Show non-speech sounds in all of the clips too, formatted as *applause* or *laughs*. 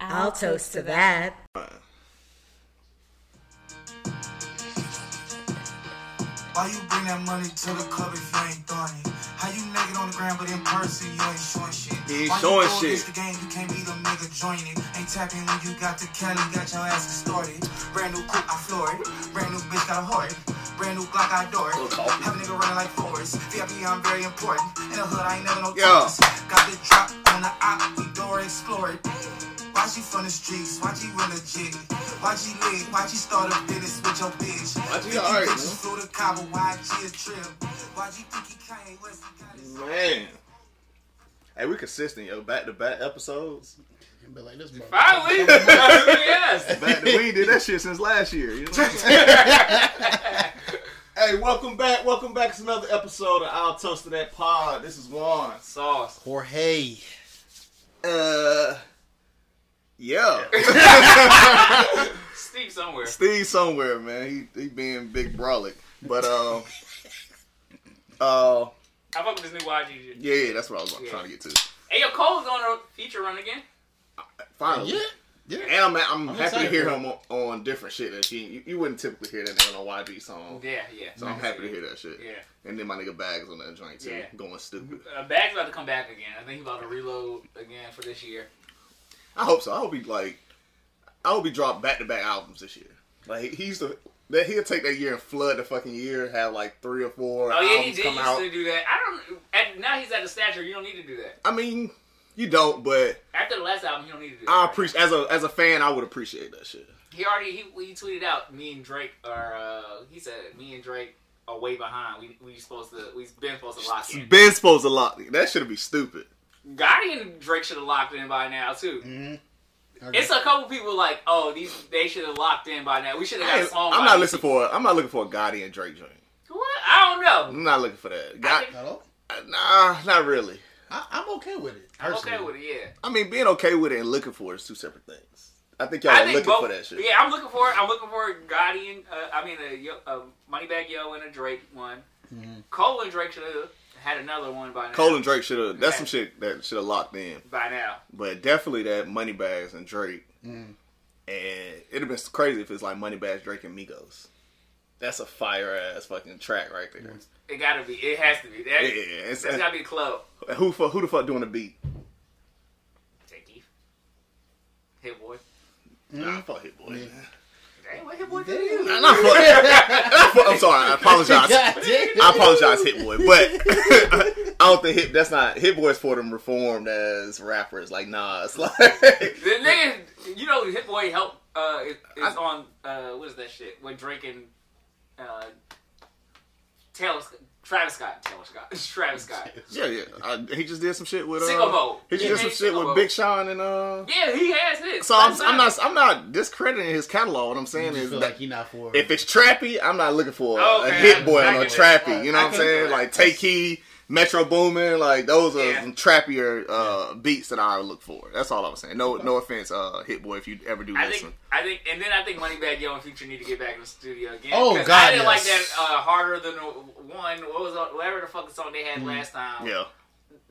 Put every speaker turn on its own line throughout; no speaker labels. I'll toast to that.
Why you bring that money to the club if you ain't throwing it? How you naked on the ground but in person you ain't showing shit?
He ain't
Why you
showing
go
shit.
against The game you can't be the nigga joining. Ain't tapping when you got the Cali, got your ass distorted. Brand new coupe, I floor it. Brand new bitch, got a heart. Brand new Glock, I adore it.
coffee.
Have a nigga running like Forrest. VIP, I'm very important. In the hood, I ain't never no
Yeah.
tourist. Got the drop on the op, we door explored. Why she from the streets? Why she real legit? Why she lit? Why she start a business with your bitch?
Why she
Think you
alright,
bitches
man?
flew to Cabo, why'd you trip? Why'd you think he Kanye West? He got his-
Man. Hey, we consistent, yo. Back to back episodes.
Be like this
Finally,
*laughs*
yes.
Back to, we ain't did that shit since last year. You know what
*laughs*
I'm saying? *laughs* hey, welcome back. Welcome back to another episode of I'll Toast to That Pod. This is Juan.
Sauce.
Jorge.
Uh,
*laughs*
yeah.
Steve somewhere.
Steve somewhere, man. He he being big brolic, but um, uh,
I fuck with this new YG. shit.
yeah, yeah, that's what I was trying to get to.
Hey, yo, Cole's on a feature run again.
Finally,
Yeah. Yeah.
and I'm
I'm
I'm, happy to
excited,
hear
bro.
him on, on different shit that he you, you wouldn't typically hear that nigga on a YG song.
Yeah, yeah.
So I'm happy to hear that shit.
Yeah.
And then my nigga Bags on that joint too,
Yeah.
going stupid.
Uh, Bag's about to come back again. I think he's about to reload again for this year.
I hope so. I hope he like, I hope he drop back to back albums this year. Like he's the that he'll take that year and flood the fucking year, have like three or four
Oh yeah, he
albums
did
come
used
out.
to do that. I don't. At, now he's at the stature. You don't need to do that.
I mean, you don't, but
After the last album, he don't need to do that.
I appreciate as a as a fan, I would appreciate that shit.
He already he, he tweeted out me and Drake are. Uh, he said me and Drake are way behind. We we supposed to we've been supposed to lock in.
Ben's supposed to lock that should be stupid.
Gotti and Drake should have locked in by now too.
Mm-hmm.
Okay.
It's a couple people like, oh, these they should have locked in by now. We should have got
I,
a song.
am
by
not
these
listening for I'm not looking for a Gotti and Drake joint.
people. What? I don't know.
I'm not looking for that. God,
Hello?
nah, not really.
I, I'm okay with it.
I'm
personally.
okay with it. Yeah.
I mean, being okay with it and looking for it is two separate things. I think y'all are looking for that shit.
Yeah, I'm looking for it. I'm looking for Gotti and uh, I mean a, Yo- a Moneybag Yo and a Drake one. Cole and Drake should have had another one by now.
Mm-hmm. Cole and Drake should have. That's some shit that should have locked in.
by now.
But definitely that Moneybags and Drake. And it'd have been crazy if it's like Moneybags, Drake, and Migos. That's a fire ass fucking track right there.
It gotta be. It has to be. That,
Yeah, it's- uh,
that's gotta be the club.
Who fu- who the fuck doing the beat?
Take Keith. Hit boy.
Nah, fuck Hit Boy.
Dang, what hit boy did you?
Nah, nah,
*laughs*
fuck- nah, fuck- I'm sorry. I apologize.
God
I
damn.
apologize, Hit Boy. But *laughs* I don't think Hit. That's not Hit Boy's for them reformed as rappers. Like nah, it's like *laughs*
The nigga, you know, Hit Boy help uh, is, is on uh, what is that shit when Drake and uh, Taylor Sc- Travis Scott, Taylor Scott, *laughs* Travis
*laughs*
Scott.
yeah, yeah. I, he just did some shit with uh,
Sicko Mode.
He just
Yeah,
did some
he's
shit
Sicko
with
Mode.
Big Sean and uh.
Yeah, he has his.
So I'm,
That's
I'm not I'm not discrediting his catalog. What I'm
I
saying
just
is
feel
that
like he not for
if it's trappy, I'm not looking for a,
Okay,
a hit boy
I
or a
get it.
trappy. You know
I
what I'm
can-
saying? Like Take Key, Metro Boomin, like those are
Yeah.
some trappier uh, beats that I look for. That's all I was saying. No, no offense, uh, hit boy, if you ever do
I
listen.
think, I think, and then I think Moneybag Yo and Future need to get back in the studio again.
Oh,
'Cause I
God,
didn't like that
yes.
uh, harder than one. What was the- whatever the fucking song they had last time?
Mm-hmm. yeah,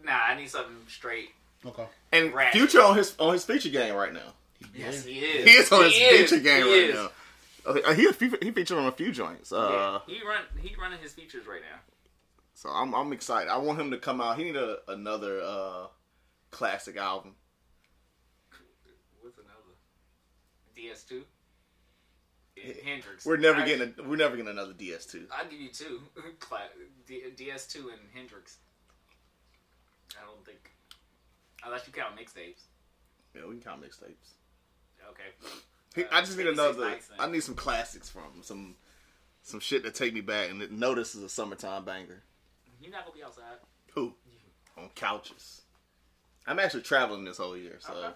Nah, I need something straight.
Okay.
and
Rap.
Future on his on his feature game right now.
Yes,
Yeah.
he is.
He is on his
is.
feature game
He
right
is.
now. Okay, uh, he a few- he featured on a few joints. Uh,
Yeah, he run he running his features right now.
So I'm I'm excited. I want him to come out. He need a, another uh, classic album.
What's another? DS2? Yeah, Hendrix.
We're never
I-
getting a, we're never getting another DS2.
I'll give you two. *laughs* Cla- D- DS2 and Hendrix. I don't think. Unless you count mixtapes.
Yeah, we can count mixtapes.
Okay. Uh,
He- I just need
Maybe
another.
six nights then.
I need some classics from him, some some shit that take me back. And know this is a summertime banger.
You're not going to be outside.
Who on couches? I'm actually traveling this whole year, so
Okay.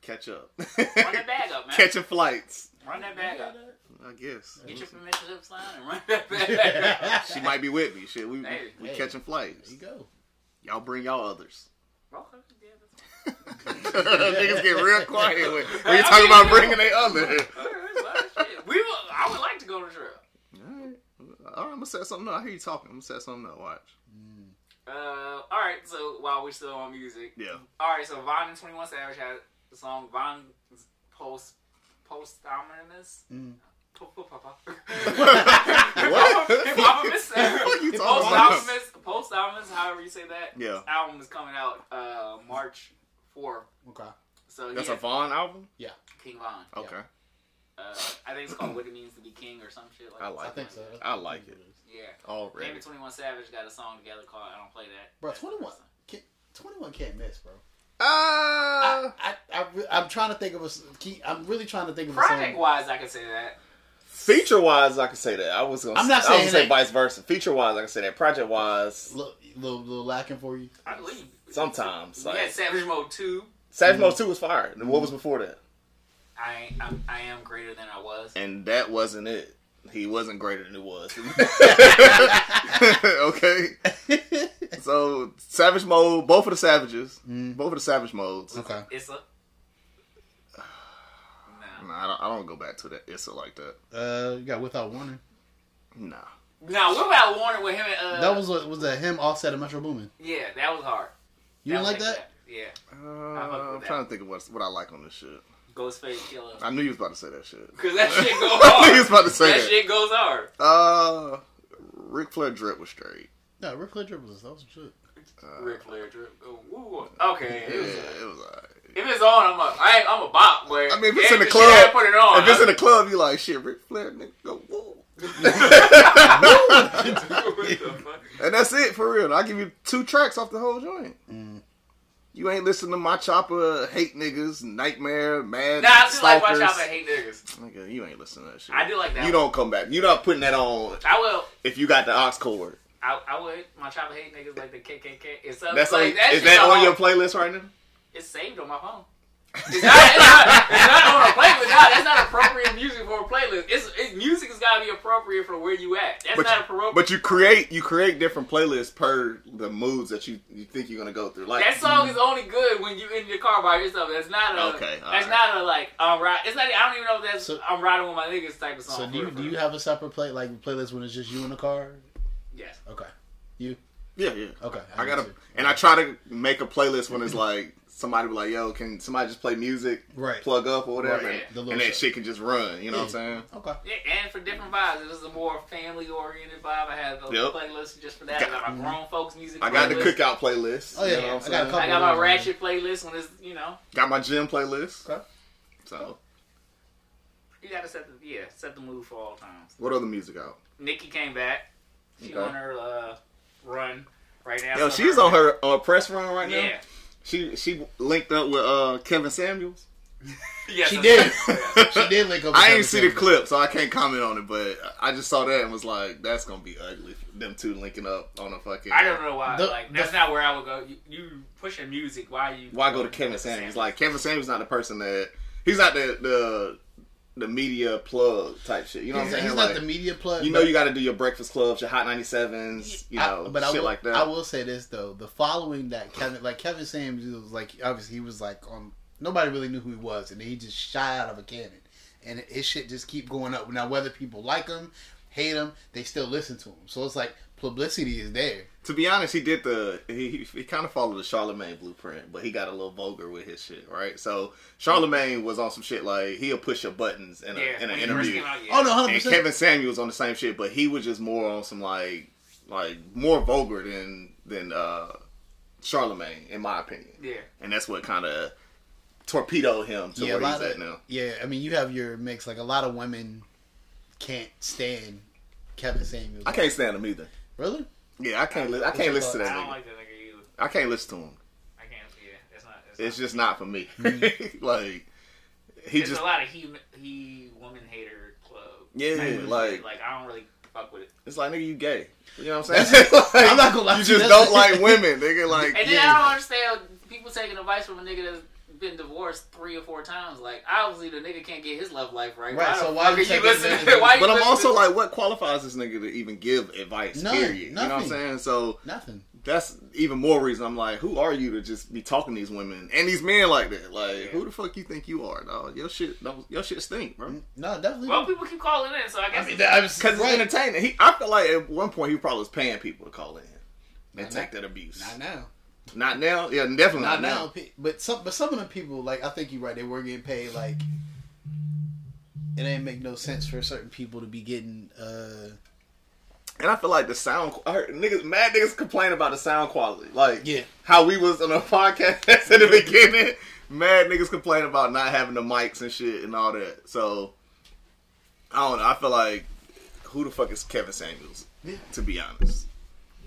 catch up,
Run that bag up,
*laughs*
man.
catching flights.
Run that bag up.
I guess
Get your permission up sign and run that
*laughs*
bag up.
she might be with me. Shit, we we,
Hey.
we
Hey.
catching flights.
There you go.
Y'all bring y'all
*laughs*
others.
Okay, yeah, that's-
Niggas get real quiet when, when
I
you talk
mean,
about
you
bringing they other.
that's wild shit. We will, I would like to go to the trail.
All right, I'm gonna set something up. I hear you talking. I'm gonna set something up. Watch.
Uh, all right. So while we're still on music,
Yeah.
All right, so Vaughn and Twenty One Savage had the song Von Post Postdominus.
Mm.
*laughs* What? *laughs* What are you talking about?
Post Dominus, however you say that.
Yeah.
Album is coming out uh, March 4th.
Okay.
So
That's
yeah,
a Vaughn album.
King Von.
Okay,
Uh, I think it's called What It Means to Be King or some shit like
I
that.
like
I think so.
I like it.
Yeah. Him
already.
and 21 Savage got a song together called I Don't Play That.
Bro, 21. Can't, 21 can't miss, bro.
Uh, Ah,
I, I, I, am trying to think of a. s- key- I'm really trying to think of a
Project
song.
wise, I can say that.
feature wise, I can say that. I was gonna.
I'm
I
not
was
saying
gonna say
that-
vice versa. Feature wise, I can say that. Project wise,
Little, little, little lacking
*laughs*
for you.
I believe.
sometimes
We
like
had Savage Mode 2.
Savage Mode Two was fire. And what was before that?
I, I'm, I am greater than I was.
And that wasn't it. He wasn't greater than he was. *laughs* okay. So Savage Mode, both of the Savages,
Mm.
both of the Savage Modes.
Okay.
It's a. Nah.
Nah, I don't, I don't go back to that Issa like that.
Uh, you got without warning.
Nah.
Nah, what about Warner with him and. Uh,
That was what was that him offset and Metro Boomin.
Yeah, that was hard.
You didn't like
was
that?
Yeah.
Uh,
fuck with
I'm
that.
trying to think of what, what I like on this shit.
Ghostface
*laughs*
Killer.
I knew you was about to say that shit.
Because that shit
*laughs*
goes
I knew you
hard.
was about to say
that
that.
shit goes hard.
Uh, Ric Flair drip was straight.
No, Rick Flair dribbles. That was shit.
Uh,
Ric Flair drip. Ooh. Okay.
yeah,
It was,
it was alright.
if it's on, I'm a, I ain't, I'm a bop, but
I mean, if it's in the
shit,
club-
I put it on.
If it's in the club, you like shit. Ric Flair, nigga, go
*laughs*
woo. *laughs*
what the fuck?
And that's it for real. I give you two tracks off the whole joint. You ain't listening to my chopper, hate niggas, nightmare, mad.
Nah, I just like watch
Stalkers.
out for hate niggas.
Nigga, you ain't listening to that shit.
I do like that
You
one.
don't come back. You're not putting that on
I will.
if you got the ox cord.
I, I would. My chopper hate niggas like the KKK. It's up.
That's
like,
on,
that
is
shit
that
go
on your
hard.
playlist right now?
It's saved on my phone. It's not, it's not, it's not on a playlist. No, that's not appropriate music for a playlist. It's, it's music has got to be appropriate for where you at. That's
But
not
you-
appropriate.
But you create you create different playlists per the moods that you, you think you're gonna go through. Like
That song is only good when you in your car by yourself. That's not a.
Okay, all
that's
right.
not a like. I'm riding. It's not. I don't even know if that's.
So-
I'm riding with my niggas type of song.
So do you
for-
do you have a separate play like playlist when it's just you in the car?
Yes.
Okay.
yeah, yeah.
Okay.
I
do
gotta
too.
and I try to make a playlist when it's like somebody be like, yo, can somebody just play music,
Right.
plug up or whatever,
Right.
and,
The little
and that
shit.
shit can just run. You know what
Yeah.
I'm saying?
Okay.
Yeah, and for different vibes. This is a more family oriented vibe. I have a
Yep.
playlist just for that. I
Got-
got my grown folks music.
I got the
playlist.
cookout playlist.
Oh, yeah.
you know what
I
I'm
got a
saying?
couple.
I got my
Couple of them.
ratchet playlist when it's you know
Got my gym playlist.
Okay.
So,
you gotta set the yeah set the mood for all times.
what other music out?
Nikki came back. She
Okay.
on her uh, run right now.
Yo,
So
she's on her uh, press run right now.
Yeah.
She she linked up with uh, Kevin Samuels.
Yes,
She
I-
did.
yeah.
*laughs*
She did link up. with
I ain't
Travis
see the
Scott.
clip, so I can't comment on it. But I just saw that and was like, "That's gonna be ugly." Them two linking up on a fucking.
I don't know why.
The-
like
the-
that's not where I would go. You, you pushing music. Why you?
Why go to Kevin Samuels? Like Kevin Samuels not the person that he's not the the the media plug type shit. You know
He's,
what I'm
he's
saying?
not
Like,
the media plug.
you know,
but-
you got to do your breakfast clubs, your hot 97s, you know,
I, but
shit
I will,
like that.
I will say this though: the following that Kevin, like Kevin Samuels, was like obviously he was like on. Nobody really knew who he was, and he just shot out of a cannon, and his shit just keep going up. Now whether people like him, hate him, they still listen to him. So it's like publicity is there.
To be honest, he did the he he, he kind of followed the Charlemagne blueprint, but he got a little vulgar with his shit, right? So Charlemagne was on some shit like he'll push your buttons in, a,
Yeah,
uh, in an
when you first
interview,
came out, yeah.
Oh no,
and
hundred percent.
Kevin Samuels on the same shit, but he was just more on some like like more vulgar than than uh Charlemagne, in my opinion,
Yeah.
and that's what kind of torpedoed him to
Yeah, a
where he's
lot
at
of,
now.
yeah. I mean, you have your mix. Like a lot of women can't stand Kevin Samuels.
I can't stand him either.
Really?
Yeah, I can't. Li- I can't
your
listen to
I
that
don't
nigga.
like that nigga either.
I can't listen to him.
I can't. Yeah, that's not. That's
It's
not.
just not for me. *laughs*
Mm.
like he
There's
just
a lot of he he woman hater club.
Yeah,
type of shit.
like-
like I don't really fuck with it.
It's like nigga, you gay. You know what I'm saying? Like,
*laughs* I'm not gonna lie
You
to you,
just
that's-
don't like women, nigga. Like
And then
Yeah.
I don't understand people taking advice from a nigga that's been divorced three or four times. Like obviously the nigga can't get his love life right.
Right,
the
so why
fuck
you
are you
taking
listening?
advantage of-
why you
but I'm
listening
also
to-
like, what qualifies this nigga to even give advice?
None,
period. You know what I'm
nothing.
saying? So
Nothing.
that's even more reason I'm like, who are you to just be talking to these women and these men like that? Like, who the fuck you think you are, dog? Your shit, don't, your shit stink, bro.
No, definitely.
Well, people keep calling in, so I guess.
I mean,
it's-
that- was-
Because it's
right.
entertaining. He, I feel like at one point he probably was paying people to call in and
Not
take that abuse.
Not now.
Not now. Yeah, definitely
Not
not,
now,
now.
pe- but some but some of the people like I think you're right. They were getting paid like it ain't make no sense for certain people to be getting. uh
And I feel like the sound. I heard niggas, mad niggas complain about the sound quality. Like,
Yeah.
how we was on a *laughs* podcast in the beginning. Mad niggas complain about not having the mics and shit and all that. So, I don't know. I feel like who the fuck is Kevin Samuels?
Yeah.
To be honest,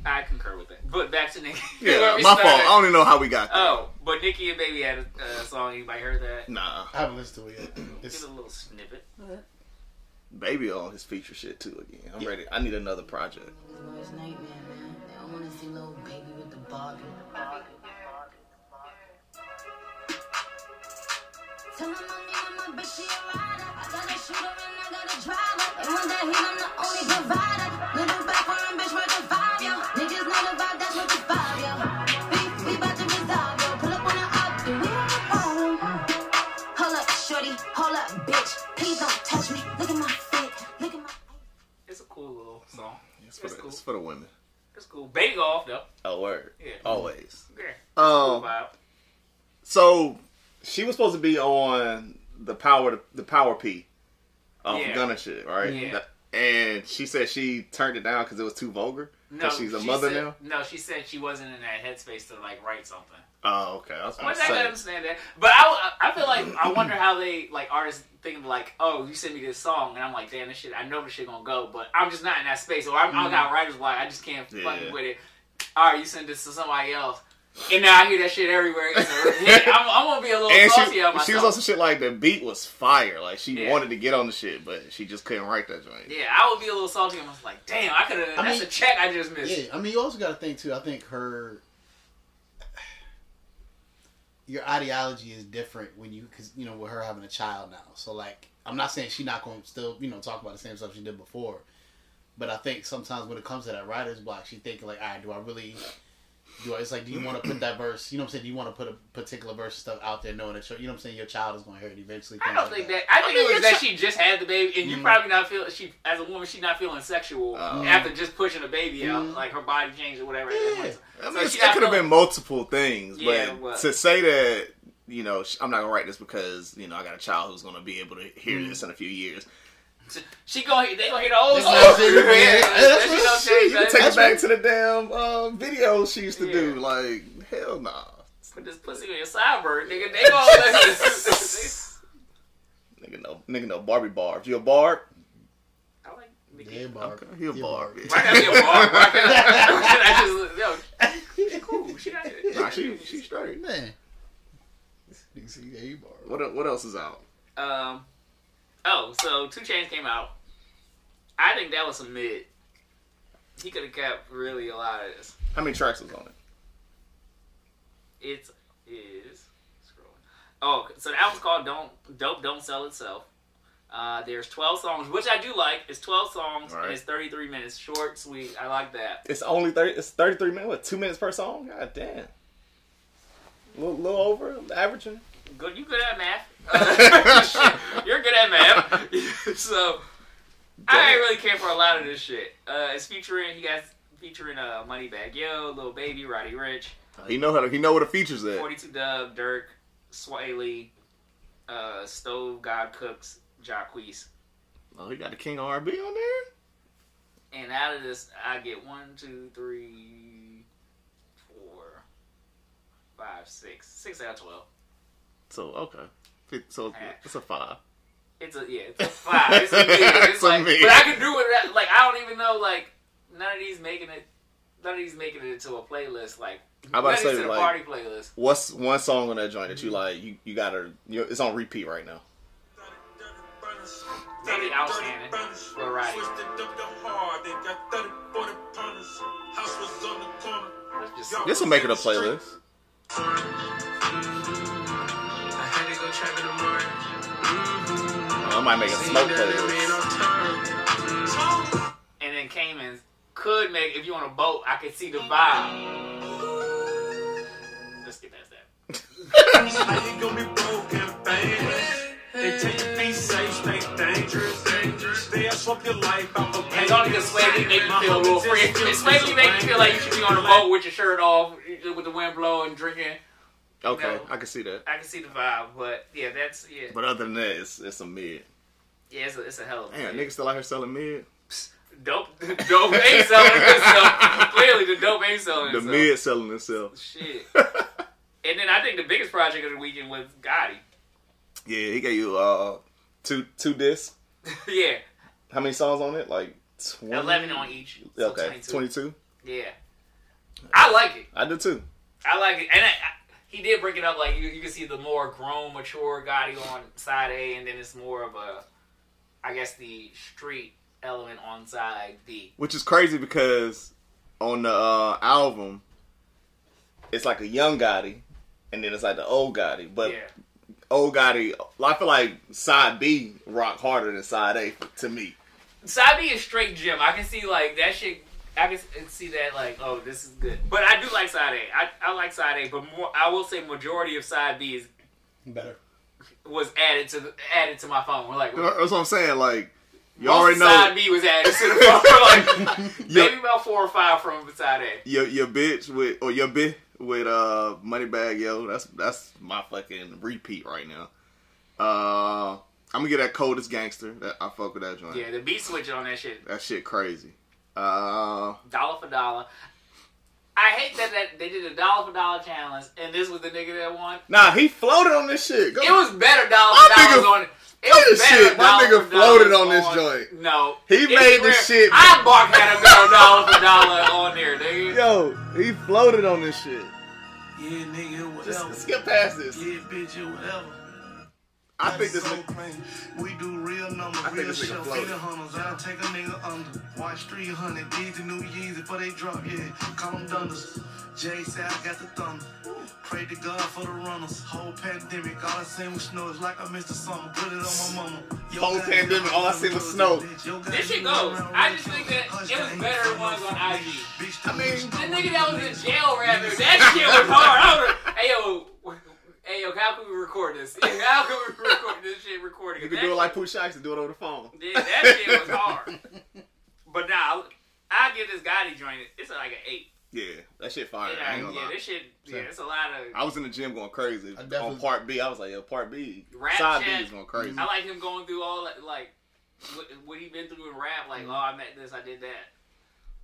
I concur with that. But back to Nikki. *laughs*
yeah,
We
my fault.
started-
I don't even know how we got there.
Oh, but Nikki and Baby had a, a song. You might heard that.
Nah,
I haven't listened to it yet.
Give
*clears throat* It's,
it a little snippet.
baby on his feature shit too again. I'm ready. I need another project.
Last nightmare, man. I want to see little baby with the Barbie. Tell him I need him, my bitch, she a rider. I got a shooter and I got a driver. And when that hit, I'm the only provider. Little back on bitch, worth a vibe, yo. Niggas know the vibe, that's what the vibe, yo. Beef, we bout to resolve, yo. Pull up on the up, and we on the bottom. Hold up, shorty. Hold up, bitch. Please don't touch me. Look at my fit. Look at my...
It's a cool little song.
It's
It's,
for, the,
cool.
it's for the women.
It's cool. Baby off though.
Oh word.
Yeah.
Always.
Yeah.
Um.
Vibe.
So she was supposed to be on the power the power P um,
Yeah.
Gunna shit, right?
Yeah.
And she said she turned it down because it was too vulgar.
No,
Because she's a
she
mother
said-
now.
No, she said she wasn't in that headspace to like write something.
Oh, okay. I was
Well,
about
I can
to say.
understand that, but I, I feel like I wonder how they like artists think like, oh, you sent me this song, and I'm like, damn, this shit, I know this shit gonna go, but I'm just not in that space, or I'm, I got writer's block, I just can't
Mm-hmm. Yeah.
fucking with it. All right, you send this to somebody else, and now I hear that shit everywhere. It's a
*laughs*
hit. I'm, I'm gonna be a little
And
salty on
she,
myself.
she was also shit like the beat was fire. Like she
Yeah.
wanted to get on the shit, but she just couldn't write that joint.
yeah, I would be a little salty. I'm just like, damn, I could have.
I
That's
mean-
a check I just missed.
yeah, I mean, you also got to think too. I think her your ideology is different when you because you know with her having a child now. So like, I'm not saying she not going to still you know talk about the same stuff she did before, but I think sometimes when it comes to that writer's block, she thinking like, all right, do I really? Do I, it's like, do you want to put
*clears throat*
that verse? You know what I'm saying? Do you want to put a particular verse and stuff out there, knowing that your, you know what I'm saying? Your child is going to hear it eventually.
I
things
don't
like
think that. I think
mean,
it was
you're
that
tr-
she just had the baby, and you
Mhm.
probably not feel she as a woman. She not feeling sexual
Mm. Oh. Mm-hmm.
after just pushing a baby out,
Mhm.
like her body changed or whatever.
Yeah.
I mean,
So
it's-
she
it
got
could have
filled-
been multiple things,
Yeah,
but
what?
to say that, you know, sh- I'm not gonna write this because you know I got a child who's gonna be able to hear
Mm.
this in a few years.
She going they gonna hear the old
That's
song.
what I'm saying, man.
*laughs* Yeah,
Hey, that's
she
what
gonna
I'm
Shit, you can
change that.
take it
That's
back to the damn um, videos she used to do.
Yeah.
Like hell nah.
Put this pussy on your sideburn,
*laughs*
nigga. They gonna *laughs* listen.
Nigga no, nigga no Barbie Barb. You a Barb?
I like
that. Yeah,
Nikki. *laughs*
Barb.
Okay, he a
Yeah, *laughs*
Barb.
Barb.
Why gotta be a bar? Why can't I- I just- yo, she cool. She not
*laughs*
*laughs*
Nah, she she straight.
Man, you see, yeah, you Barb.
What el- what else is out?
Um. Oh, so Two Chains came out. I think that was a mid. He could have kept really a lot of this.
How many tracks was on it?
It is scrolling. Oh, so the album's called "Don't Dope Don't Sell Itself." Uh, there's 12 songs, which I do like. It's 12 songs
Right.
and it's 33 minutes, short, sweet. I like that.
It's only thirty. It's thirty three minutes. What, two minutes per song. God damn. Little, little over averaging.
Good, you good at math? Uh, shit, *laughs* you're good at math. *laughs* so I
Damn.
ain't really care for a lot of this shit. Uh, it's featuring he got featuring uh, Moneybag Yo, Lil Baby, Roddy Rich,
He know how to, he know what the features at.
42 Dub, Dirk, Sway Lee, uh, Stove God Cooks, Jacquees.
Oh, he got the King R B on there.
And out of this, I get one, two, three, four, five, six, six out of twelve.
So okay, Fif- so it's- it's a five.
It's a yeah,
*laughs*
it's a five. It's a mid. It's,
It's a
like,
mid.
but I can do it. Like I don't even know. Like none of these making it. None of these making it into a playlist. Like
I about
none
to
of these
say,
to the
like-
party playlist.
What's one song on that joint that you like? You you gotta. You, it's on repeat right now.
Maybe outstanding. But right, let's just
This will make it a playlist.
I had to go trap in the morning.
I might make a smoke playlist. *laughs*
and then Cayman's could make if you on a boat. I could see the vibe. Let's get past that.
How you gonna be broke and famous? They take your piece, say stay dangerous. Dangerous. They ask up your life. I'm a
And y'all niggas slavery make you feel real free. Slavery make you feel like you should be on a boat with your shirt off, with the wind blowing, drinking.
Okay,
No.
I can see that.
I can see the vibe, but yeah, that's yeah,
But other than that, it's it's a mid.
yeah, it's a, it's a hell of a
Damn, niggas still out here selling mid.
dope, *laughs* dope ain't selling itself. Clearly, the dope ain't selling
The
itself.
mid selling itself. *laughs*
Shit. and then I think the biggest project of the weekend was Gotti. *laughs*
Yeah, he gave you uh two two discs.
yeah,
How many songs on it? Like twenty.
eleven on each. So
Okay,
22.
twenty two.
Yeah, I like it.
I did too.
I like it, and I, I, he did break it up. Like you, you can see the more grown, mature Gotti on side A, and then it's more of a, I guess, the street element on side B.
Which is crazy because on the uh, album, it's like a young Gotti, and then it's like the old Gotti. But
yeah,
old Gotti, I feel like side B rock harder than side A to me.
side B is straight Jim. I can see like that shit. I can s- see that like, oh, this is good. But I do like side A. I, I like side A, but more. I will say majority of side B is
Better.
was added to the, added to my phone. We're like,
That's what I'm saying. Like you
most
already
of
know
side B was added to the phone.
*laughs*
*laughs* We're like,
Your-
maybe about four or five from side A.
your your bitch with or your bitch with uh Moneybag yo. That's that's my fucking repeat right now. Uh, I'm gonna get that coldest gangster. That I fuck with that joint.
Yeah, the beat switch on that shit,
That shit crazy. Uh,
dollar for dollar. I hate that, that they did a dollar for dollar challenge, and this was the nigga that won.
nah, he floated on this shit. Go-
It was better dollar
My
for dollars
nigga-
on it. It
look
was
at
better
shit. My
dollar
nigga
for dollars
floated on this joint.
No,
He
It's
made this
rare.
shit-
I barked at him no dollar for
*laughs*
dollar on there, nigga.
yo, he floated on this shit.
Yeah, nigga,
Just
whatever.
skip past this.
Yeah, bitch, you whatever.
I think this.
so
nigga-
clean. We do real numbers,
I think
real
this nigga
shit.
floated.
Feed the hunters, I'll take a nigga under. Watch 300, these the new Yeezys before they drop, yeah. Call them thunders. Jay said I got the thunder. Pray to God for the runners. Whole pandemic, all I seen was snow. It's like I missed the summer. Put it on my mama. Yo,
Whole
God,
pandemic, all I seen was snow.
This shit goes. I just think that it was better than ones on IG.
I mean,
The nigga that was in jail rapping, *laughs* that shit was hard. I was like, hey yo, hey yo, how can we record this? *laughs* How can we record this shit recording?
you can
That
do it like Pooh Shacks and do it over the phone.
Yeah, that shit was hard. But nah, I give this Gotti joint. It's like an eight.
*laughs* Oh, Yeah, that shit fire. I
yeah,
ain't gonna
yeah,
lie.
this shit. Yeah, it's a lot of.
I was in the gym going crazy
I definitely-
on part B. I was like, yo, part B,
Rap
side
chat.
B is going crazy.
I like him going through all that, like what, what he been through in rap. Like,
Mm-hmm.
oh, I met this, I did that.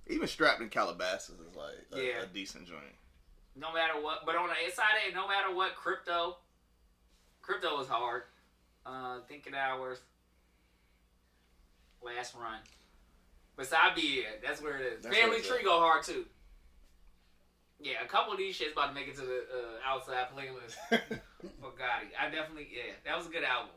Even strapped in Calabasas is like a,
Yeah.
a decent joint.
*laughs*
No matter what, but on the inside, of it, no matter what, crypto, crypto was hard. Uh, thinking hours, last run. But side B, yeah, that's where it is.
That's where
Family
it's
tree
at.
go hard too. Yeah, a couple of these shits about to make it to the uh, outside playlist. *laughs* But Gotti, I definitely yeah, that was a good album.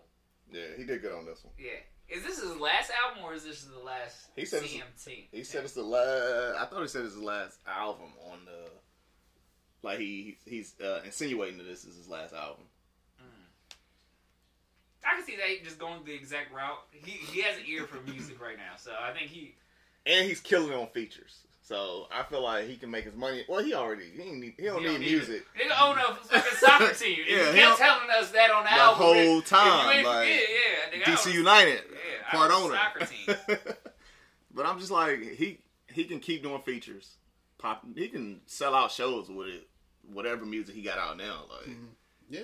yeah, he did good on this one.
Yeah, is this his last album or is this the last
He said it's-
CMT?
He said it's the last. I thought he said it's his last album on the. Like he he's uh, insinuating that this is his last album.
I can see that he just going the exact route. He he has an ear for music right now, so I think he
and he's killing it on features. So I feel like he can make his money. Well, he already he, ain't need, he don't
he
need music.
It. Nigga own a fucking
*laughs*
soccer team. And
Yeah,
you
he
kept
don't-
telling us that on the,
The
album.
whole
If you ain't-
time, like,
yeah, yeah, nigga, I
DC
was-
United,
yeah, I
part
was
owner. *laughs*
soccer team.
but I'm just like he he can keep doing features. Pop, he can sell out shows with it, whatever music he got out now. Like
Yeah.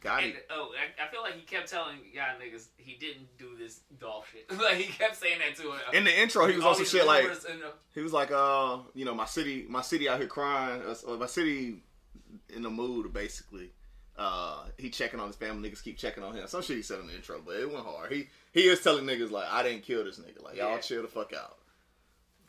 Gotti,
And, oh, I, I feel like he kept telling y'all niggas he didn't do this Dolph shit. *laughs* like he kept saying that to him.
in the intro, he was also
uh, All these
shit like
rumors and, uh,
he was like, uh, you know, my city, my city out here crying, uh, or my city in the mood, basically. Uh, he checking on his family, niggas keep checking on him. Some shit he said in the intro, but it went hard. He he is telling niggas like, I didn't kill this nigga. Like y'all
Yeah.
chill the fuck out.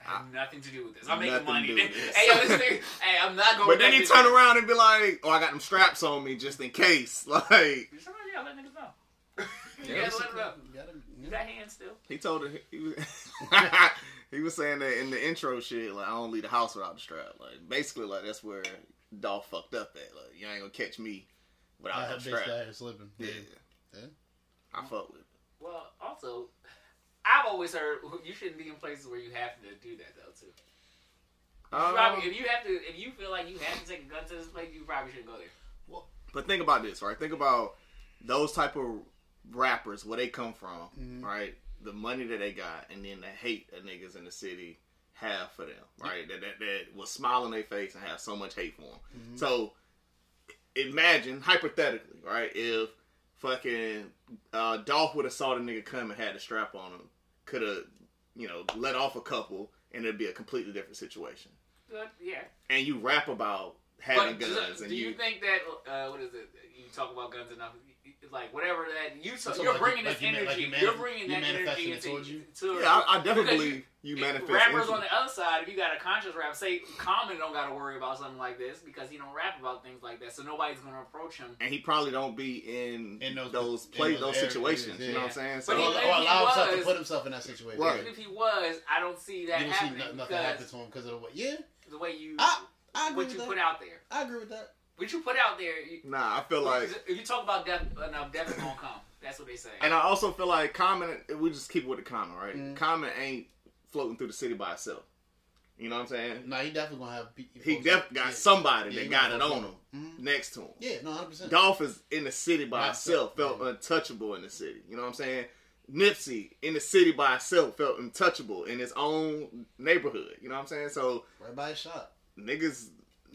I have nothing to do with this. I'm making
Nothing to
money.
do
*laughs*
with this.
hey, yo, this nigga. Hey, I'm not going.
But then
back
he
to-
turned around and be like, Oh, I got them straps on me just in case. *laughs* Like
Somebody gotta let niggas
*laughs*
know. you
Yeah,
gotta let 'em know.
Gotta-
You got hands still.
he told her he was, *laughs* he was saying that in the intro shit, like I don't leave the house without the strap. Like basically, like that's where Dolph fucked up at. Like you ain't gonna catch me
I
without
had
that
bitch
strap.
that ass slipping.
Yeah.
Yeah.
I fuck with. it.
Well, also, I've always heard you shouldn't be in places where you have to do that though too.
Um,
probably, if you have to, if you feel like you have to take a gun to this place, you probably shouldn't go there.
But think about this, right? Think about those type of rappers, where they come from, right? the money that they got and then the hate of niggas in the city have for them, right? That that, that will smile on their face and have so much hate for them. So imagine hypothetically, right? If fucking uh, Dolph would have saw the nigga come and had the strap on him, could have you know let off a couple, and it'd be a completely different situation.
But, yeah.
And you rap about having
But
guns,
do,
and
do you,
you
think that uh, what is it? You talk about guns enough, like whatever that you
So
you're
like
bringing
you-
this
like you ma- like
energy,
you manif-
you're bringing
you
that
manifesting
energy
it
into
towards you?
to-
Yeah, I, I definitely
because
believe you
if
manifest.
rappers
energy.
on the other side. If you got a conscious rap, say Common don't got to worry about something like this because he don't rap about things like that, so nobody's gonna approach him.
and he probably don't be in,
In those-
those, play
in
those
those areas,
situations. You know
yeah.
what I'm saying?
But
or,
he-
So
like,
or allow himself to
was-
put himself in that situation.
Right.
Even if he was, I don't see that
You don't see
happening
no- nothing happen
because
to him because of the way. Yeah,
the way you
I, I agree
what
with
you
that.
put out there,
I agree with that.
what you put out there. You,
nah, I feel like,
if you talk about death enough, death is gonna come. That's what they say.
and I also feel like common. We just keep it with the common, right?
Mhm.
Common ain't floating through the city by itself. You know what I'm saying?
No, he definitely gonna have. pe-
He
folks-
definitely got
yeah.
somebody
Yeah,
that
he
got it
gonna
on
fuck
him
Mhm.
next to him.
Yeah, no, hundred percent.
Dolph is in the city by
By
himself,
himself,
felt
yeah.
untouchable in the city. You know what I'm saying? Nipsey in the city by himself felt untouchable in his own neighborhood. You know what I'm saying? So
Right by his shot.
niggas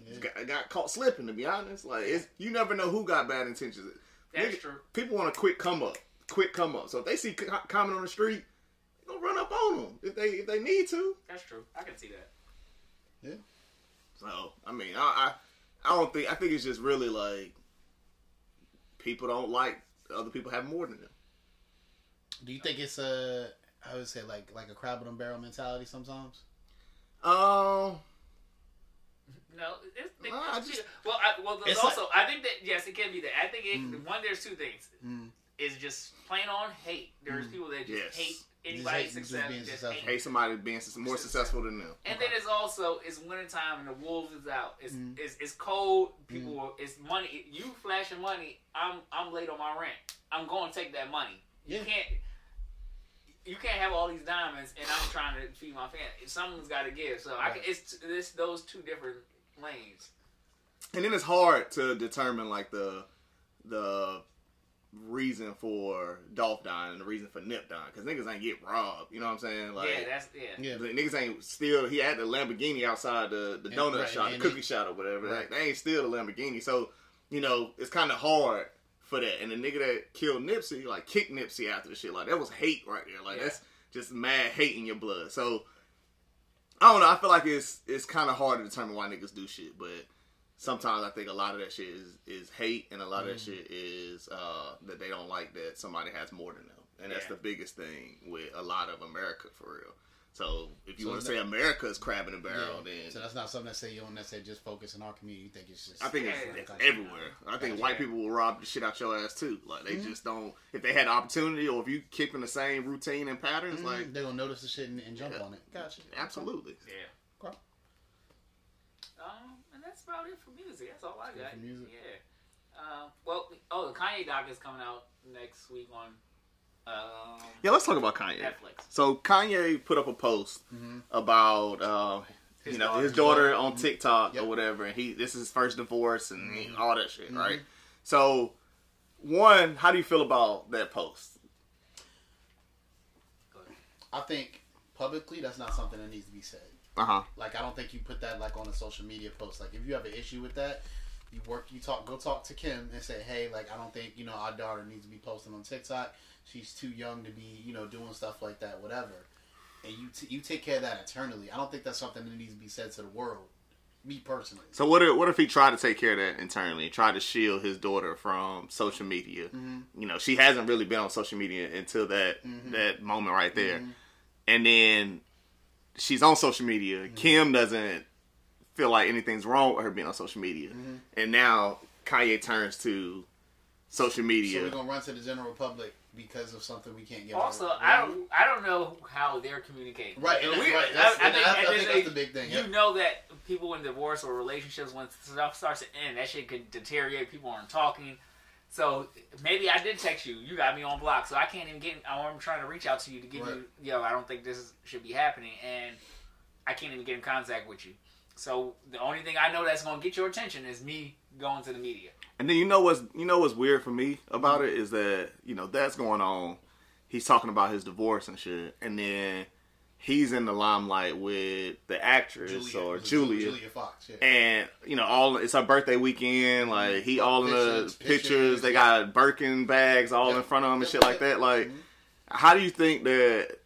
Yeah.
got, got caught slipping. To be honest, like it's, you never know who got bad intentions.
That's
Nigga-
true.
People want a quick come up, quick come up. So if they see co- comment on the street, they gonna run up on them if they if they need to.
That's true. I can see that.
So I mean, I I, I don't think I think it's just really like people don't like other people have more than them.
Do you think it's a I would say like like a crab in a barrel mentality sometimes?
Um,
No, it's, they,
No, I just-
well, I, well, there's
It's like-
also I think that yes, it can be that. I think it, one, there's two things. It's just plain on hate. There's people that just
Yes.
hate
Just
anybody's
hate- just
success.
being
just
successful.
hate.
hate somebody being sus- more successful than them.
And then it's also it's wintertime and the wolves is out. It's
Mm.
it's, it's cold. People are- it's money. You flashing money. I'm I'm late on my rent. I'm going to take that money.
Yeah.
You can't. You can't have all these diamonds and I'm trying to feed my family. Someone's got to give. So I can,
Right.
it's it's those two different lanes.
And then it's hard to determine like the the reason for Dolph dying and the reason for Nip dying because niggas ain't get robbed. You know what I'm saying? Like,
yeah, that's yeah.
Yeah.
The niggas ain't still. He had the Lamborghini outside the, the donut
right,
shop, the
and
cookie
it-
shop, or whatever.
Right.
Like, they ain't still the Lamborghini, so you know it's kind of hard for that. And the nigga that killed Nipsey, like kicked Nipsey after the shit, like that was hate right there. Like
Yeah.
that's just mad hate in your blood. So I don't know. I feel like it's it's kind of hard to determine why niggas do shit, but sometimes I think a lot of that shit is is hate, and a lot of that
Mm-hmm.
shit is uh, that they don't like that somebody has more than them, and that's
Yeah.
the biggest thing with a lot of America for real. So if you
So
want to
it's
say America's crab in a barrel,
Yeah. So
then
that's not something that say you don't necessarily just focus in our community. You think it's just
I think it's,
Yeah.
it's everywhere. I think white people will rob the shit out your ass too. Like
Mm-hmm.
they just don't. If they had opportunity, or if you keeping the same routine and patterns,
Mhm.
like
they're gonna notice the shit and, and jump
Yeah.
on it. Gotcha.
absolutely.
Yeah.
Okay.
Um, and that's about it for music. That's all I
it
got.
for music.
Yeah. Um, well, oh, the Kanye doc is coming out next week on um,
Yeah, let's talk about Kanye.
Netflix.
So Kanye put up a post
Mm-hmm.
about uh,
His
you know
daughter.
his daughter on TikTok
Yep. Mm-hmm.
or whatever, and he this is his first divorce and all that shit, right? So, one, how do you feel about that post?
I think publicly that's not something that needs to be said.
Uh huh.
Like I don't think you put that like on a social media post. Like if you have an issue with that, you work you talk go talk to Kim and say, Hey, like I don't think, you know, our daughter needs to be posting on TikTok. She's too young to be, you know, doing stuff like that, whatever. And you t- you take care of that internally. I don't think that's something that needs to be said to the world. Me personally.
So what if, what if he tried to take care of that internally, tried to shield his daughter from social media? You know, she hasn't really been on social media until that that moment right there. And then she's on social media. Kim doesn't feel like anything's wrong with her being on social media. And now Kanye turns to social
So
media.
we're gonna run to the general public because of something we can't get.
Also,
over.
I don't, I don't know how they're communicating.
Right, and that's,
We-
right. That's,
I, I
and
think,
I- I
at
think
this
that's
age,
the big thing.
You know that people in divorce or relationships, when stuff starts to end, that shit can deteriorate. People aren't talking. So maybe I did text you. You got me on block, so I can't even get. I'm trying to reach out to you to give
Right.
you. Yo, I don't think this is- should be happening, and I can't even get in contact with you. So the only thing I know that's going to get your attention is me going to the media. *laughs*
And then you know what's you know what's weird for me about it is that you know that's going on. he's talking about his divorce and shit, and then he's in the limelight with the actress or Julia.
Julia Fox. Yeah.
And you know, all it's her birthday weekend. Like he all in the
Mm-hmm. Pictures,
pictures.
pictures,
They
yeah.
got Birkin bags all in
Yep.
front of him and
Yep,
shit like
yep.
that. Like,
Mm-hmm.
how do you think that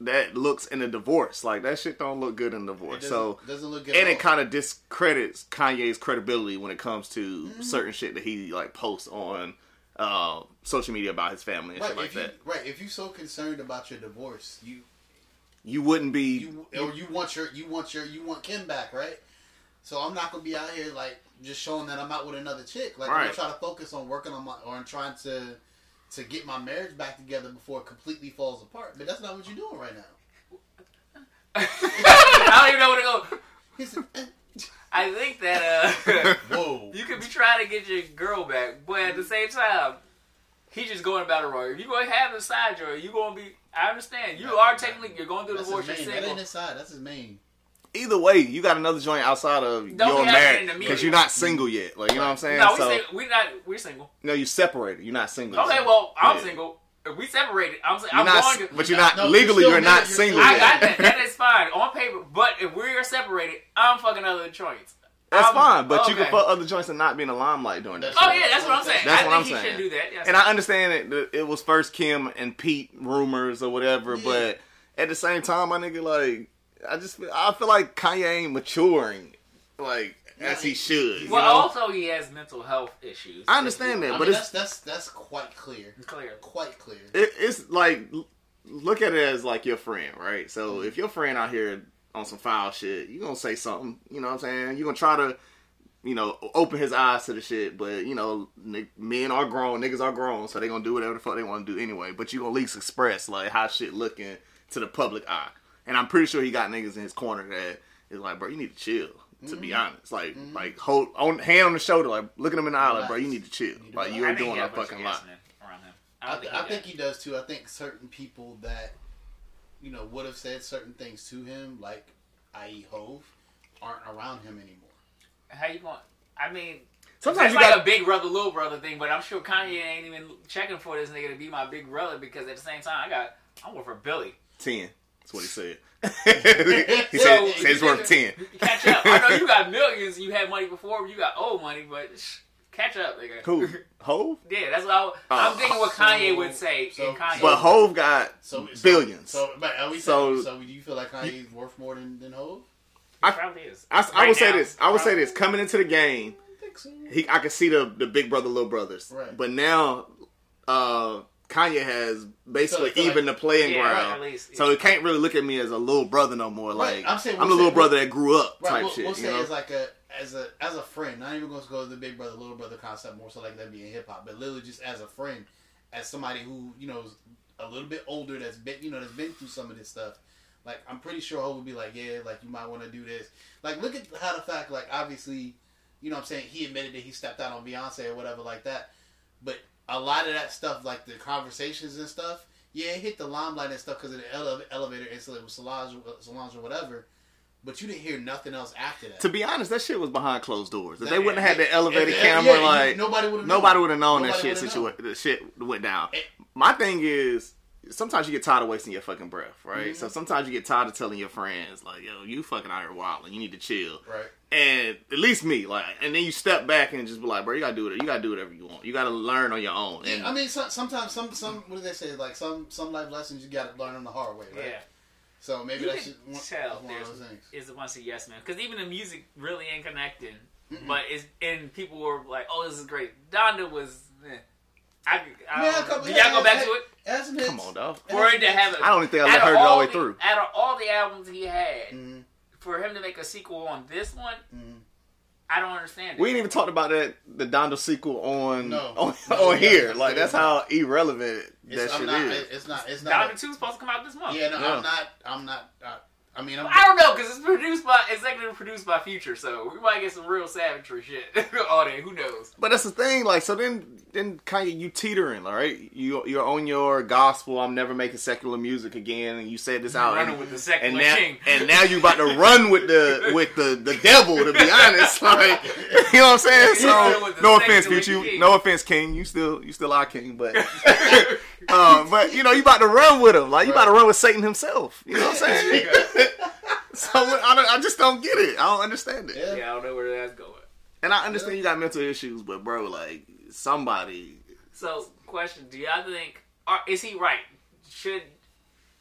that looks in a divorce? Like that shit don't look good in a
It
divorce.
doesn't,
So
doesn't look good.
and
at
it
all.
kind of discredits Kanye's credibility when it comes to certain shit that he like posts on uh, social media about his family and
right,
shit like
if you,
that.
right. If you're so concerned about your divorce, you
You wouldn't be
you or you want your you want your you want Kim back, right? So I'm not gonna be out here like just showing that I'm out with another chick. Like I'm
Right.
gonna try to focus on working on my or on trying to to get my marriage back together before it completely falls apart. But that's not what you're doing right now.
I don't even know where to go.
He said,
*laughs*
eh,
I think that uh, *laughs*
Whoa.
you could be trying to get your girl back, but
Mm-hmm.
at the same time, he just going about it wrong. If you gonna have a side joy, you gonna be. I understand. You are technically you're going through
That's his
divorce. You're
main. That
single.
ain't his side. That's his main.
either way. You got another joint outside of
Don't
your
be happening
marriage
to me.
because you're not single yet. Like you know what I'm saying?
No, we
So-
sing- we not we're single.
No, you separated. You're not single.
Okay, well I'm
Yeah.
single. If we separated, I'm saying
You're
I'm
not,
going. To,
but you're not
No,
legally.
you're still
You're not
married, you're
single.
still-
I got
yet.
that. That is fine on paper. But if we're separated, I'm fucking other joints.
*laughs* That's
I'm-
fine. But you
okay.
can fuck other joints and not be in the limelight during that.
That's
Oh
shit.
yeah, that's what I'm saying.
That's
I
what
think
I'm
he
saying.
should do that. Yes.
And I understand it. that It was first Kim and Pete rumors or whatever. But at the same time, my nigga, like, I just feel, I feel like Kanye ain't maturing like as he should. you
well,
know?
also he has mental health issues.
I understand that,
I
but
mean,
it's
that's that's that's quite clear.
Clearly.
Quite clear.
it, it's like l- look at it as like your friend, right? So if your friend out here on some foul shit, you gonna say something. You know what I'm saying? You gonna try to, you know, open his eyes to the shit. But you know, ni- men are grown, niggas are grown, so they gonna do whatever the fuck they want to do anyway. But you gonna at least express like how shit looking to the public eye. And I'm pretty sure he got niggas in his corner that is like, bro, you need to chill. To be honest, like, like hold on, hand on the shoulder, like, look at him in the eye, like, bro, you need to chill. Like, you ain't
think
doing
he
a
got bunch of
fucking
yes
lot.
men around him.
I,
don't
th-
he
I
got-
think he does too. I think certain people that you know would have said certain things to him, like i.e. Hove, aren't around him anymore.
How you going? I mean,
Sometimes
sometimes
you
like
got-
a big brother, little brother thing, but I'm sure Kanye ain't even checking for this nigga to be my big brother because at the same time, I got I'm working for Billy.
Ten. That's what he said. *laughs* he said, said it's worth ten.
Catch up. I know
*laughs*
you got millions. You had money before. You got old money, but shh, catch up, nigga.
Who? Hove?
Yeah, that's what I, w- I'm
Oh.
thinking. What Kanye would say
So-
in Kanye.
But Hove got
So
billions.
So, but are we
So-
so, so do you feel like Kanye's worth more than than Hove?
He probably is.
I, I
Right
would say
now,
this. I would say
probably.
this. Coming into the game,
I think so.
he I could see the the big brother, little brothers.
Right.
But now, uh, Kanye has basically
So, so
even the playing
Yeah,
ground.
at least,
So
yeah.
he can't really look at me as a little brother no more.
Right,
Like
I'm saying-
I'm the
we'll
little
say-
brother that grew up
Right.
type
we'll,
shit.
we'll
you
say
know?
it's like a as a as a friend. Not even going to go to the big brother little brother concept. More so like that being hip hop, but literally just as a friend, as somebody who you know is a little bit older that's been you know that's been through some of this stuff. Like I'm pretty sure Ho would be like, yeah, like you might want to do this. Like look at how the fact like obviously, you know what I'm saying he admitted that he stepped out on Beyonce or whatever like that. But a lot of that stuff, like the conversations and stuff, yeah, it hit the limelight and stuff because of the ele- elevator incident with Solange, uh, Solange or whatever. But you didn't hear nothing else after that.
to be honest, that shit was behind closed doors. If
That-
they wouldn't have had the elevator
Yeah,
camera,
yeah, you-
like
nobody would have
Nobody would have known that
Nobody
shit
would've known. Eh.
situation. The shit went down.
It-
My thing is, sometimes you get tired of wasting your fucking breath, right?
Mm-hmm.
So sometimes you get tired of telling your friends, like, "Yo, you fucking out here wilding. You need to chill."
Right.
And at least me, like, and then you step back and just be like, "Bro, you gotta do it. You gotta do whatever you want. You gotta learn on your own." And
I mean, so, sometimes some some what do they say? Like some some life lessons you got to learn on the hard way, right?
Yeah.
So maybe
You
that's
can
just one,
tell
that's one of
there's-
those things.
is a bunch of yes men because even the music really ain't connecting. But it's and people were like, "Oh, this is great." Donna was. Eh. I, I
Yeah,
don't know.
a couple-
Did y'all
yeah,
go back
yeah.
to it?
As an
come on, dog.
For it to have a,
I don't even think I
out of
heard it all the way
the-
through.
Out of all the albums he had,
Mhm.
for him to make a sequel on this one,
Mhm.
I don't understand. It.
We ain't even talked about that the Dondo sequel *laughs* on
No.
on,
No,
on
yeah,
here.
that's
Like
the-
that's how irrelevant that
It's, I'm
shit
not,
is.
it- it's not. It's not.
Donna Two is supposed to come out this month.
yeah, no,
Yeah.
I'm not. I'm not. I, I mean, I'm.
I don't know because it's produced by executive produced by Future, so we might get some real savagery shit *laughs* on it. Who knows?
But that's the thing, like, so then, then kind of you teetering, all right? You you're on your gospel. I'm never making secular music again, and you said this out,
Running
Oh, and,
with the secular
and now
king.
and now you about to run with the with the the devil. To
*laughs*
be honest, like, *laughs* you know what I'm saying?
You're running
So
with the
no offense,
secular
future.
king. *laughs*
No offense, king. You still you still our king, but Uh, but you know, you about to run with him, like you about to run with Satan himself. You know what I'm saying? *laughs* so I, don't, I just don't get it. I don't understand it.
*laughs* Yeah, I don't know where that's going.
And I understand you got mental issues, but bro, like somebody,
So, question: Do y'all think are, is he right? Should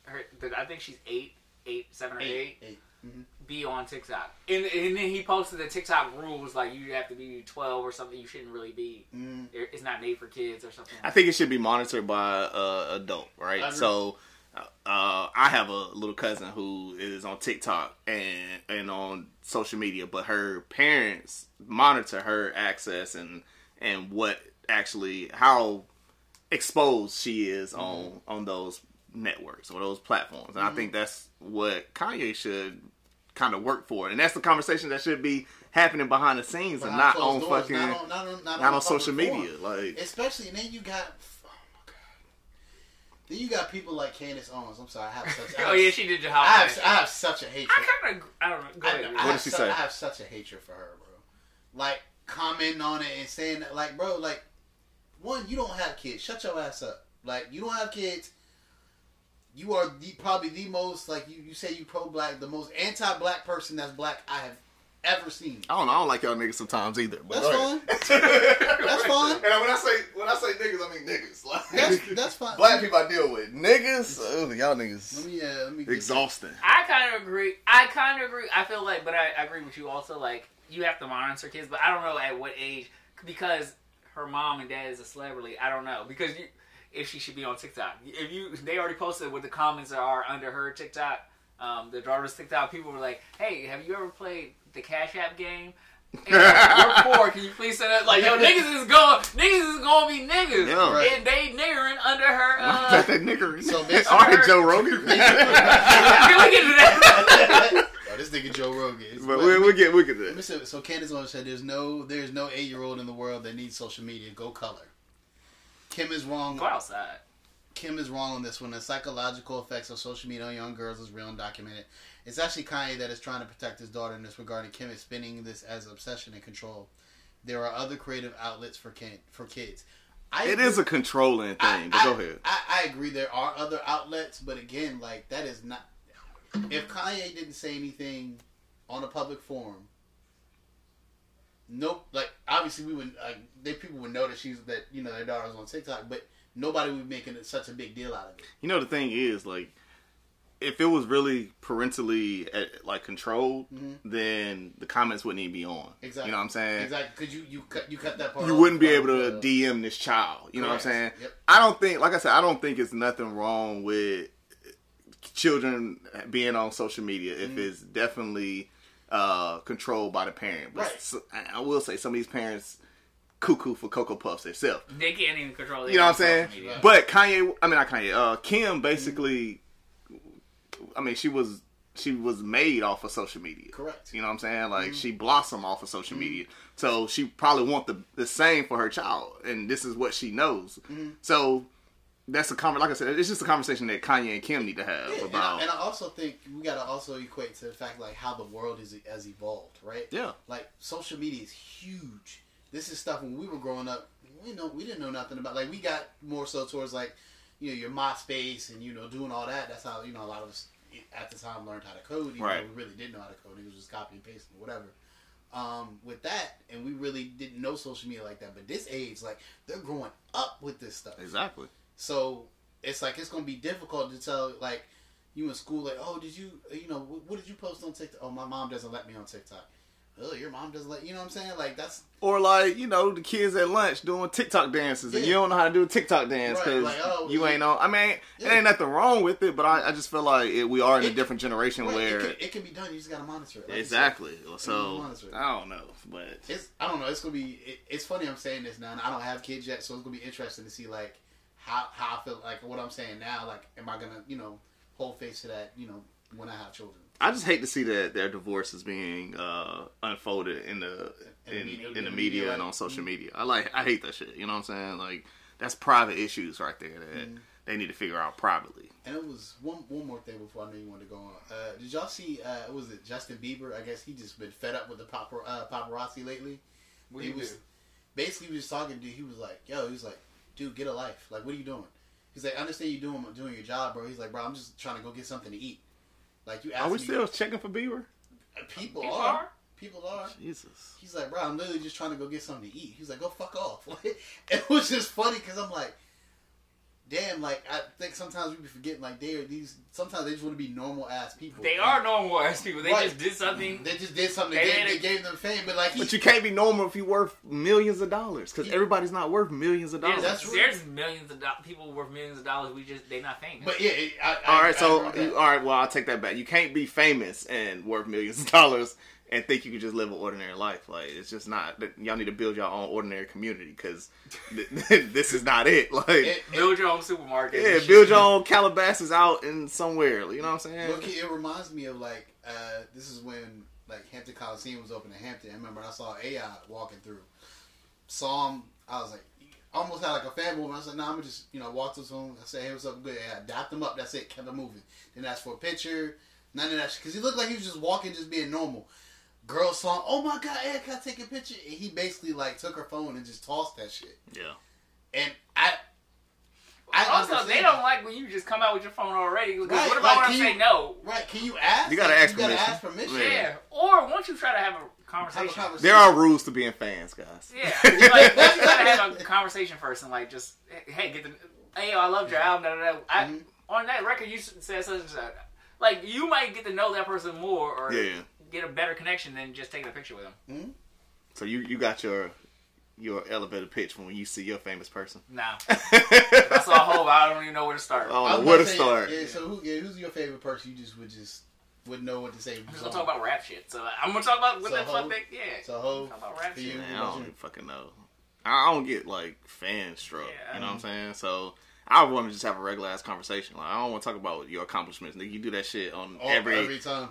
her? I think she's eight, eight, seven or eight.
Eight. Mm-hmm.
Be on TikTok, and and then he posted the TikTok rules like you have to be twelve or something. You shouldn't really be.
Mm.
It's not made for kids or something.
I think it should be monitored by uh, adult, right? So uh, I have a little cousin who is on TikTok and and on social media, but her parents monitor her access and and what actually how exposed she is
Mm-hmm.
on on those networks or those platforms. And I think that's what Kanye should kind of work for. And that's the conversation that should be happening behind the scenes and not on
Closed doors,
fucking
not on, not on,
not
not on
on social
public forum.
media. Like
Especially, and then you got, oh my god. Then you got people like Candace Owens. I'm sorry, I have such.
*laughs*
I
oh
have-
yeah, she did your
I have,
house.
I have such a hatred.
I kind of I don't know. Go
I,
ahead.
I
Reed.
have
did she
su-
say?
I have such a hatred for her, bro. Like commenting on it and saying that, like, bro, like, one, you don't have kids. Shut your ass up. Like, you don't have kids. You are the probably the most like you, you say you pro black, the most anti black person that's black I have ever seen.
I don't know. I don't like y'all niggas sometimes either. But
That's
go
fine.
ahead. *laughs*
That's fine.
And when I say when I say niggas, I mean niggas. Like,
That's that's
*laughs*
fine.
black people I deal with niggas. Ugh, y'all
Let
niggas
me uh, let me get-
exhausting.
I kind of agree. I kind of agree. I feel like, but I, I agree with you also. Like, you have to monitor kids, but I don't know at what age because her mom and dad is a celebrity. I don't know because you, if she should be on TikTok. If you, they already posted what the comments are under her TikTok. Um, the daughter's TikTok. People were like, "Hey, have you ever played the Cash App game?" And You're poor. Can you please send us like yo niggas is going niggas is gonna be niggas
Yeah. Right.
and they niggering under her.
*laughs*
Uh, *laughs*
that nigger.
So
So
basically-
All right, Joe
*laughs*
Rogan.
can we get to that?
Oh, this nigga Joe Rogan. It's-
but we, we'll get we'll get
Let me
that.
say- so Candace Owens said, "There's no, there's no eight year old in the world that needs social media. Go color." Kim is wrong.
Go outside.
Kim is wrong on this one. The psychological effects of social media on young girls is real and documented. It's actually Kanye that is trying to protect his daughter in this regard, and Kim is spinning this as obsession and control. There are other creative outlets for kid, for kids. I
It is a controlling thing. But
I,
go ahead.
I, I agree. There are other outlets, but again, like that is not. If Kanye didn't say anything on a public forum, nope. Like obviously, we would. Like, they people would know that she's that you know their daughter was on TikTok, but nobody would be making it such a big deal out of it.
You know the thing is like. If it was really parentally eh, like controlled, then the comments wouldn't even be on.
Mm-hmm. Exactly.
You know what I'm saying?
Exactly, because you you cut you cut that part.
you
off.
wouldn't be able to
Uh,
DM this child. You know what I'm saying?
Correct. Yep.
I don't think, like I said, I don't think it's nothing wrong with children being on social media
Mm-hmm.
if it's definitely uh, controlled by the parent. But
Right.
s- I I will say some of these parents cuckoo for Cocoa Puffs themselves.
They can't even control. their
You know what I'm
own social
saying?
media.
But Kanye, I mean not Kanye, uh, Kim basically, I mean she was she was made off of social media.
Correct. Mm-hmm.
You know what I'm saying? Like she blossomed off of social media, so she probably want the the same for her child, and this is what she knows.
Mm-hmm.
So that's a conver Like I said, it's just a conversation that Kanye and Kim need to have
Yeah, and,
about.
I, and I also think we gotta also equate to the fact like how the world is has evolved, right?
Yeah.
Like social media is huge. This is stuff when we were growing up, we know we didn't know nothing about. Like we got more so towards like you know your MySpace and you know doing all that. That's how you know a lot of us at the time learned how to code. Even
Right.
though We really didn't know how to code. It was just copy and pasting, whatever. Um, with that, and we really didn't know social media like that. But this age, like they're growing up with this stuff.
exactly.
So it's like it's gonna be difficult to tell like you in school like oh did you you know what, what did you post on TikTok? Oh my mom doesn't let me on TikTok. Oh your mom doesn't let you know what I'm saying like that's
Or like you know the kids at lunch doing TikTok dances, and
Yeah.
you don't know how to do a TikTok dance
Right,
because
like, oh,
you
yeah.
ain't on. I mean, it
Yeah.
ain't nothing wrong with it, but I, I just feel like it, we are in a
It-
different generation
right,
where
it, can, it can be done. You just gotta monitor it. Like you said.
exactly. So
monitor it.
I don't know, but
It's I don't know. It's gonna be it, it's funny. I'm saying this now. And I don't have kids yet, so it's gonna be interesting to see like how how I feel like what I'm saying now. Like am I gonna you know hold face to that you know when I have children?
I just hate to see that their divorce is being uh, unfolded in the in, in, the, media, and on social
Mm-hmm.
media. I like I hate that shit. You know what I'm saying? Like that's private issues right there that
Mm-hmm.
they need to figure out privately.
And it was one one more thing before I know you wanted to go on. Uh, did y'all see? Uh, was it Justin Bieber? I guess he just been fed up with the papar- uh, paparazzi lately.
What
he
do you
was
do?
basically he was talking to. He was like, "Yo," he was like, "Dude, get a life. Like, what are you doing?" He's like, I understand you doing doing your job, bro. He's like, bro, I'm just trying to go get something to eat. Like you asked
Are we
me-
still checking for Bieber?
People,
People
are.
are?
People are.
Jesus.
He's like, bro, I'm literally just trying to go get something to eat. He's like, go fuck off. *laughs* Like, it was just funny because I'm like, damn. Like I think sometimes we be forgetting. Like they are these. Sometimes they just want to be normal ass people.
They
Like,
are normal ass people. They
Right.
just did
Mm-hmm.
something.
They just did something. They
They
gave,
did
they
it.
gave them fame, but like he,
But you can't be normal if you worth millions of dollars because
Yeah.
everybody's not worth millions of
There's,
dollars.
that's real.
there's millions of do- people worth millions of dollars. We just they not famous.
But yeah, it, I, I,
all right,
I agree
so
with that.
you, all right. Well, I'll take that back. You can't be famous and worth millions of dollars and think you can just live an ordinary life. Like it's just not. that- Y'all need to build your own ordinary community because *laughs* this is not it. *laughs* Like
It- it-
build your own supermarket.
yeah, build your own Calabasas out in somewhere. You know what I'm saying?
Look, it reminds me of like uh, this is when like Hampton Coliseum was open in Hampton. I remember I saw AI walking through, saw him. I was like, almost had like a fanboy. I was like, nah, I'm gonna just you know walk up to him. I said, hey, what's up? Good. AI. dapped him up. That's it. Kept him moving. Didn't ask for a picture. None of that shit. Cause he looked like he was just walking, just being normal. Girl saw him. Oh my god, AI, can I take a picture? And he basically like took her phone and just tossed that shit.
yeah.
And I, I
also, they
understand.
don't like when you just come out with your phone already. 'cause
Right,
what about
like,
when I
can
say
you-
no?
Right? Can you ask?
You gotta
Like,
ask permission.
ask permission.
Yeah.
Yeah.
Or once you try to have a
Have a
conversation.
conversation.
There are rules to being fans, guys.
yeah. Like, once you try to have a conversation first and like just hey get the hey yo, I loved your album. Da, da, da. I,
Mhm.
On that record, you s- said such and such. Like you might get to know that person more or
Yeah, yeah.
get a better connection than just taking a picture with them.
So you you got your your elevator pitch when you see your famous person. *laughs*
Nah. That's all hope. I don't even know where to start.
Oh,
I was
where
about
to
say,
start?
Yeah, so who, yeah, who's your favorite person? You just would just would know what to say.
I'm just gonna talk about rap shit. So uh, I'm gonna talk about what
So
that
Ho-
fuck thing. Yeah.
so ho,
Talk about rap
for
shit.
you.
Man, I don't even fucking know. I I don't get like fan struck.
Yeah.
You know what I'm saying? So I want to just have a regular ass conversation. Like I don't want to talk about your accomplishments. Nigga, you do that shit on
Oh,
every, every
every, time.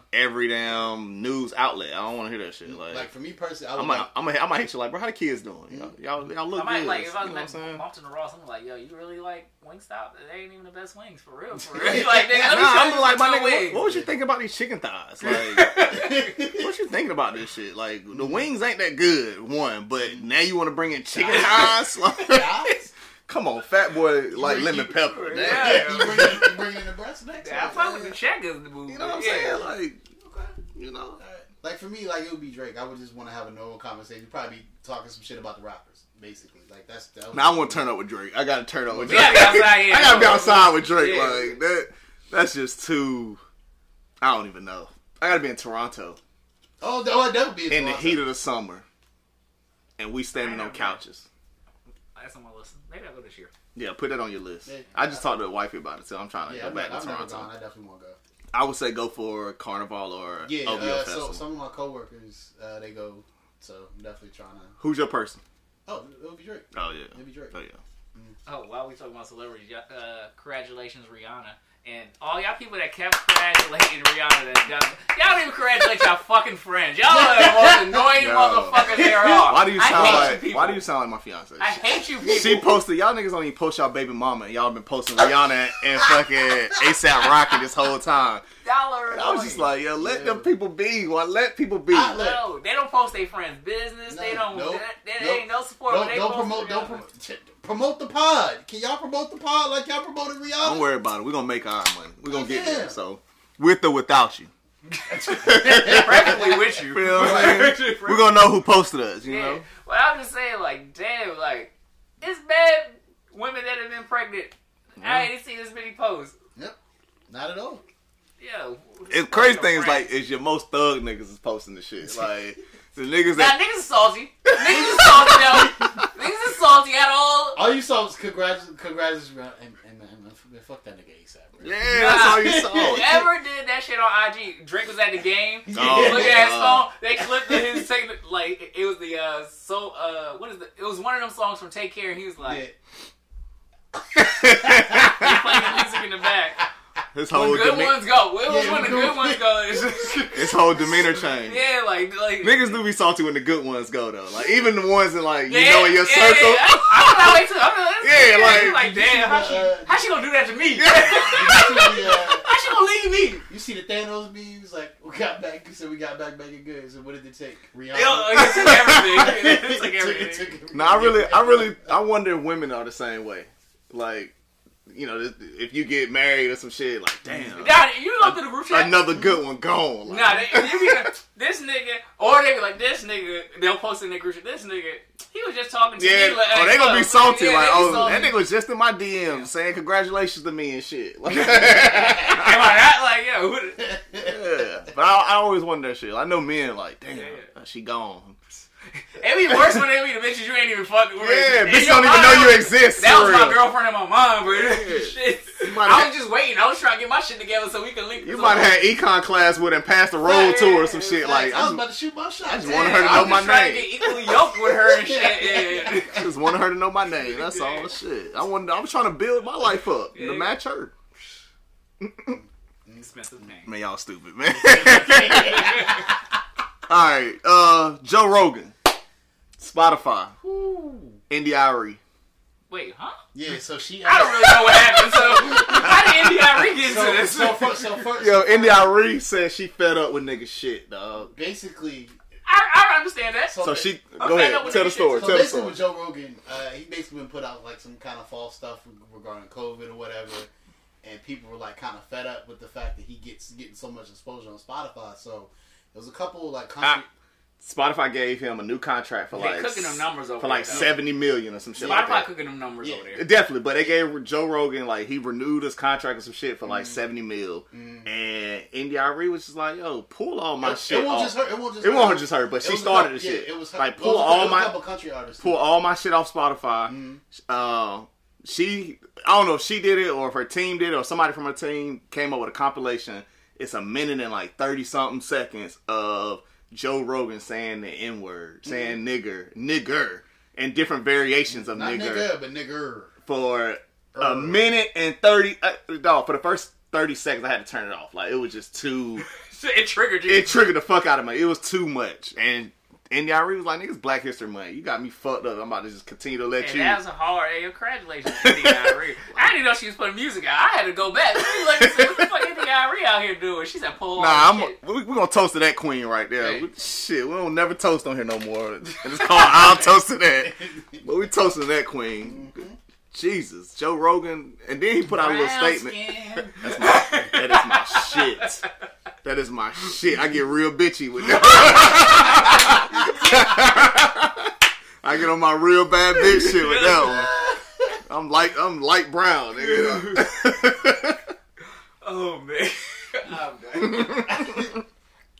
damn news outlet. I don't want to hear that
Mm,
shit. Like,
Like, for me personally, I
I'm
would
gonna
like,
I'm gonna I'm gonna hit you like, bro. How the kids doing? Y'all y'all, y'all look
I might
good.
like if I
you know what I'm
was like
saying?
Mountain to Ross, I'm like, yo, you really like Wingstop? They ain't even the best wings for
*laughs*
real, for real. *laughs* like, nigga, let me
Nah,
show
I'm
you
like my
some
nigga. What,
wings.
what was you thinking about these chicken thighs? Like, what you thinking about this shit? Like, the wings ain't that good. One, but now you want to bring in chicken thighs? Like, come on, fat boy, like lemon pepper.
Yeah.
you bring in, you bring in the breast next.
Yeah, I
time.
fuck with the checkers in the
*laughs*
movie.
You know what I'm
yeah.
saying? Like, you know.
Like for me, like it would be Drake. I would just want to have a normal conversation. Probably be talking some shit about the rappers, basically. Like that's. That would-
Now I want to turn up with Drake. I gotta turn up with
We
Drake.
gotta be outside,
*laughs*
yeah.
I gotta be outside with Drake.
Yeah.
Like that. That's just too. I don't even know. I gotta be in Toronto
Oh, that, oh, that would be
in the
Toronto.
heat of the summer, and we standing
I
on
know.
couches.
That's on my list. Maybe I'll go this year.
Yeah, put that on your list.
Yeah.
I just talked to a wifey about it, so I'm trying to
Yeah,
go
I'm,
back
not, I'm
to
never
Toronto.
gone. I definitely want to go.
I would say go for Carnival or
Yeah,
OVO
uh,
Festival.
so some of my coworkers uh, they go, so I'm definitely trying to.
Who's your person?
Oh, it'll be Drake.
Oh yeah.
It'll be Drake.
Oh yeah.
Oh, while we talking about celebrities, y'all- uh, congratulations, Rihanna. And all y'all people that kept congratulating Rihanna, that done, y'all don't even congratulate y'all fucking friends. Y'all are
*laughs*
the most annoying
No.
motherfuckers there are.
Why do you
I
sound
hate
like?
you people.
why do you sound like my fiance?
I
*laughs*
hate you people.
She posted y'all niggas don't even post y'all baby mama. Y'all been posting Rihanna and
*laughs*
fucking ASAP Rocky this whole time.
y'all are
And I was
annoying.
just like, yo, let
Yeah.
them people be. Well, let people be.
I let-
No, they don't post their friends' business. they
No,
don't.
nope,
there
nope.
ain't no support.
don't
they
don't
post
promote. Don't
Rihanna.
promote. t- promote the pod. Can y'all promote the pod like y'all promoted
Don't
Rihanna?
worry about it. We're gonna make our money. We're gonna get
Yeah.
there. So with or without you.
Preferably with you.
You
*laughs*
know what I'm saying? We're gonna know who posted us, *laughs* you
Yeah.
know?
But I'm just saying, like, damn, like, it's bad women that have been pregnant. I ain't seen this many posts.
Yep. Not at all.
Yo.
It's crazy thing is like is your most thug niggas is posting the
*laughs*
shit. Like the niggas
Now,
that
niggas is salty. Niggas is salty, though. *laughs* Niggas is salty at all.
All you saw was congrats, congrats, Rihanna. and, and, and, and fuck that nigga ASAP. Bro.
Yeah, that's all you saw.
Whoever did that shit on IG, Drake was at the game.
*laughs* Oh,
Look at his
God.
phone. They clipped it. His take, like it- it was the uh so uh what is the it was one of them songs from Take Care. And he was
Yeah.
like playing the music in
*laughs*
the back.
His
When
whole
good
deme-
ones go. When,
Yeah,
when the
*laughs*
good ones go. It's just,
his whole demeanor changed.
*laughs* yeah, like like
Niggas do be salty when the good ones go though. Like even the ones in like you
yeah,
know in your
yeah,
circle.
Yeah, *laughs* yeah. I'm not way too. I'm
Yeah, like-
like, like damn, how she
Uh,
how she gonna do that to me?
You see the, uh,
*laughs* How she gonna leave me?
*laughs*
you see the Thanos memes? Like we got back. So we got back making good. So what did it take? Rihanna.
Yo, it took
*laughs*
everything. It took
It oh, took- it
everything.
took-
No, I really, I really, I wonder if women are the same way. Like you know, this- if you get married or some shit, like damn,
Nah, you go through the group chat.
another good one gone. Like,
Nah, they, you be like, this nigga, or they be like, this nigga, they'll post in their group chat, this nigga, he was just talking to
yeah,
me. Like,
oh, they gonna be
look,
salty.
yeah,
like,
they be
oh,
salty.
that nigga was just in my DM saying congratulations to me and shit. *laughs* Like,
*laughs* Am I not? Like, yeah. Who the,
yeah. But I, I always wonder that shit. I know men like, damn,
Yeah.
uh, she gone.
it be worse when they be the bitches you ain't even fucking with.
Yeah,
And
bitch,
your
don't even
mind-
know you exist.
That
for
was my
real.
girlfriend in my mind, bro.
Yeah.
*laughs* Shit.
You might've
I
had-
was just waiting. I was trying to get my shit together so we can link.
You
so-
might have had econ class with and passed the road to her or some
Yeah,
shit. Like,
I was
I
about to shoot my shot.
just
Yeah.
wanted her to
I was
know my
just trying
name.
to get equally yoked with her and shit. Yeah.
just, just wanted her to know my name. That's *laughs* all. Shit. I wanted. I was trying to build my life up
Yeah.
to match her.
*laughs* Expensive name.
Man, y'all stupid, man. *laughs* all right, uh, Joe Rogan, Spotify, NDIRE.
Wait, huh?
Yeah, so she.
I don't really know what happened.
*laughs*
So how did NDIRE get into
so,
this?
so, first, so first,
Yo, NDIRE said she fed up with nigga shit, dog.
basically,
I, I understand that.
So she
I'm
go
fed
ahead,
up with
tell
nigga
the
shit.
story.
So
Tell the
basically,
story.
with Joe Rogan, uh, he basically been put out like some kind of false stuff regarding COVID or whatever, and people were like kind of fed up with the fact that he gets getting so much exposure on Spotify. So there was a couple like country,
Ah, Spotify gave him a new contract for
They
like
cooking them numbers over
for like
there, though.
seventy million or some shit. like
Spotify
that.
cooking them numbers over there.
Definitely, but they gave Joe Rogan like he renewed his contract or some shit for
Mm.
like seventy mil, and NDIRE was just like, "Yo, pull all my
it,
shit
won't
off.
just hurt. It won't just.
it won't
her.
just hurt, but
It
she
was a
started
couple-
the shit.
Yeah, it was her.
like
it
pull
was a- it
all
was a
my
couple country artists.
pull all my shit off Spotify. Uh, she, I don't know if she did it or if her team did it or somebody from her team came up with a compilation. It's a minute and like thirty something seconds of Joe Rogan saying the N word, saying nigger, nigger, and different variations of
Not
nigger
nigga, but
*laughs*
nigger.
for a minute and 30 uh, dog for the first 30 seconds i had to turn it off like it was just too
It triggered you.
it triggered the fuck out of me it was too much and and y'all E was like niggas black history month you got me fucked up i'm about to just continue to let
and
you
that was a hard. Hey, congratulations, NDIRE. I didn't know she was putting music out. I had to go back. She was like, what the fuck NDIRE out here doing? She said, pull all
Nah,
this
I'm
shit.
we, we gonna toast to that queen right there.
Hey.
We- shit, we don't never toast on here no more. *laughs* And it's called I'll toast to that. But we toasting that queen. Jesus, Joe Rogan, and then he put out a *laughs* little
Mm-hmm. Brown
statement.
skin.
*laughs* That's
*laughs*
my, that is my shit. That is my shit. I get real bitchy with that. *laughs* I get on my real bad bitch shit with that one. I'm light. I'm light brown. Nigga. *laughs*
Oh man. Uh, I'm done.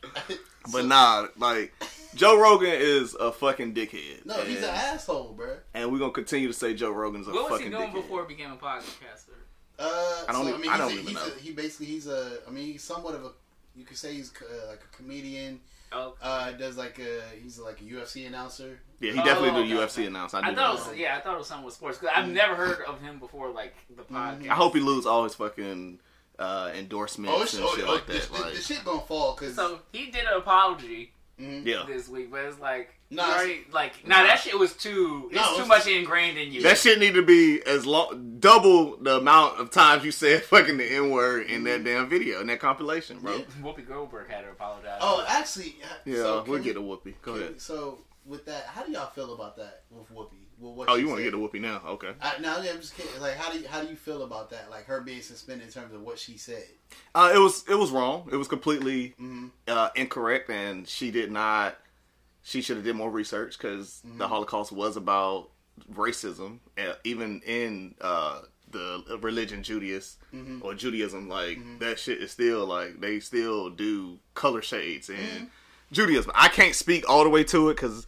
*laughs* but nah, like Joe Rogan is a fucking dickhead.
No,
and,
he's an asshole, bro.
and we're gonna continue to say Joe Rogan's a
What was he
fucking
doing
dickhead.
before he became a podcaster?
Uh,
I don't
so,
even-
I mean,
I
he's
don't
a,
even
he's
know.
A, he basically he's a. I mean, he's somewhat of a. You could say he's uh, like a comedian.
Oh,
Uh, does like a he's like a UFC announcer.
yeah, he definitely
Oh,
do
okay,
UFC
okay.
announce.
I
I, do
thought it
know
was yeah. I thought it was something with sports. Cause I've never heard of him before, like the podcast.
that. Mm-hmm. I hope he lose all his fucking uh, endorsements
Oh, it's,
and
oh,
shit
oh,
like
this,
that. Like,
this shit gonna fall because
So he did an apology
yeah,
this week, but it's like,
Nah,
you
it's-
already, like, nah, that shit was too. It's
No,
too
it's-
much ingrained in you.
That shit need to be as long, double the amount of times you said *laughs* fucking the n word in that damn video in that compilation, bro.
Mm-hmm. Yeah.
Whoopi Goldberg had to apologize.
oh, actually,
Yeah,
so can
we'll
we-
get a whoopee. Go ahead.
So with that, how do y'all feel about that with Whoopi? Well, what
Oh,
she
you want to
said?
get a whoopee now? Okay.
I, no, I'm just kidding. Like, how do you, how do you feel about that? Like her being suspended in terms of what she said.
Uh, it was it was wrong. It was completely uh, incorrect, and she did not. She should have did more research because the Holocaust was about racism, uh, even in uh, the religion Judaism or Judaism. Like that shit is still like they still do color shades in Judaism. I can't speak all the way to it because.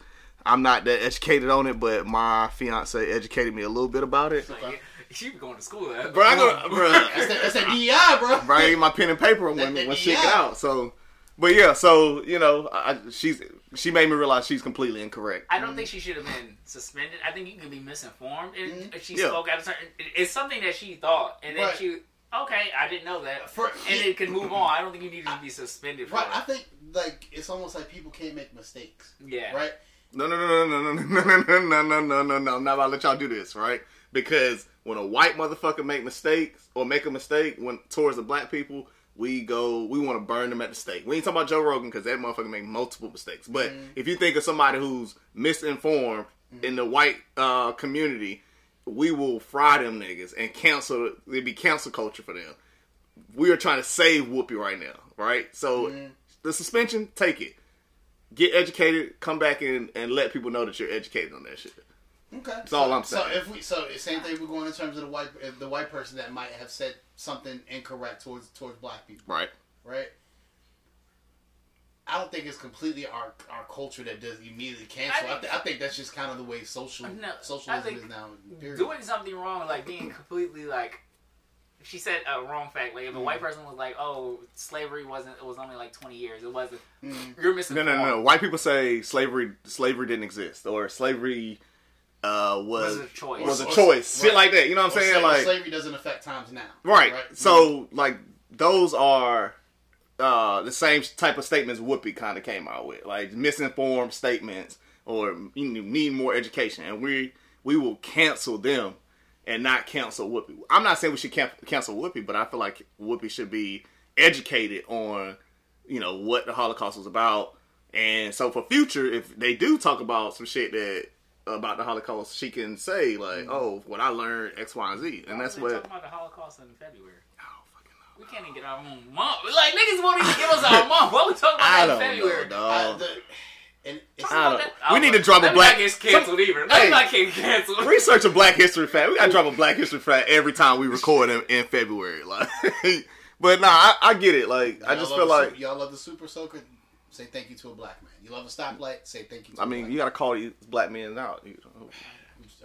I'm not that educated on it, but my fiance educated me a little bit about it.
Like, *laughs* she was going to school.
Bro, I go, bro,
That's that,
*laughs*
that's that DEI, bro.
bro. I get my pen and paper when when shit get
Yeah.
out. So, but yeah, so you know, I, she's she made me realize she's completely incorrect.
I don't think she should have been suspended. I think you can be misinformed. And if she
Yeah.
spoke out of certain. it- It's something that she thought, and then
Mm-hmm. Right.
she. Okay, I didn't know that.
For-
and it can move on. I don't think you need to be suspended for
Right. I
that.
think like it's almost like people can't make mistakes.
Yeah.
Right.
No, no, no, no, no, no, no, no, no, no, no, no, no. I'm not about to let y'all do this, right? Because when a white motherfucker make mistakes or make a mistake when towards the black people, we go, we want to burn them at the stake. We ain't talking about Joe Rogan because that motherfucker make multiple mistakes. But if you think of somebody who's misinformed in the white uh, community, we will fry them niggas and cancel. It'd be cancel culture for them. We are trying to save Whoopi right now, right? So the suspension, take it. Get educated, come back and, and let people know that you're educated on that shit.
Okay. That's
all I'm
So
saying.
if we, so the same thing we're going in terms of the white, if the white person that might have said something incorrect towards towards black people,
Right.
right? I don't think it's completely our our culture that does immediately cancel. I,
I
thi- I think that's just kind of the way social
No, I
socialism
think
is now. Period.
doing something wrong, like being completely like. She said a wrong fact. Like if a
Mm.
white person was like, "Oh, slavery wasn't. It was only like twenty years. It wasn't. You're missing.
Mm. No, no, no, no. White people say slavery slavery didn't exist, or slavery uh, was
Was a choice.
Was a
Or- or-
choice. Shit
right.
like that. You know what I'm
Or
saying?
slavery-
like
slavery doesn't affect times now.
right. So like those are uh, the same type of statements Whoopi kind of came out with, like misinformed statements or you know, need more education, and we we will cancel them and not cancel Whoopi. I'm not saying we should can- cancel Whoopi, but I feel like Whoopi should be educated on you know what the Holocaust was about, and so for future, if they do talk about some shit that about the Holocaust, she can say like, "Oh, what I learned X, Y, and Z," and that's
They
what.
talking about the Holocaust in February.
I don't fucking know.
We can't even get our own month. Like niggas won't even give
*laughs*
us our month. What we talking about
I
in
don't
February?
know,
I,
dog.
the, and it's,
I don't-
That-
we need to drop a
let me
black-
Not get canceled either. Let
Hey.
me not get canceled.
Research a Black History fact. We gotta drop a Black History fact every time we record in, in February. *laughs* Like, but nah, I, I get it. Like, I
y'all
just
love
feel
the
like
super- y'all love the super soaker. Say thank you to a black man. You love a stoplight. Say thank you. to
I
a
mean,
black
you gotta call these black men out. you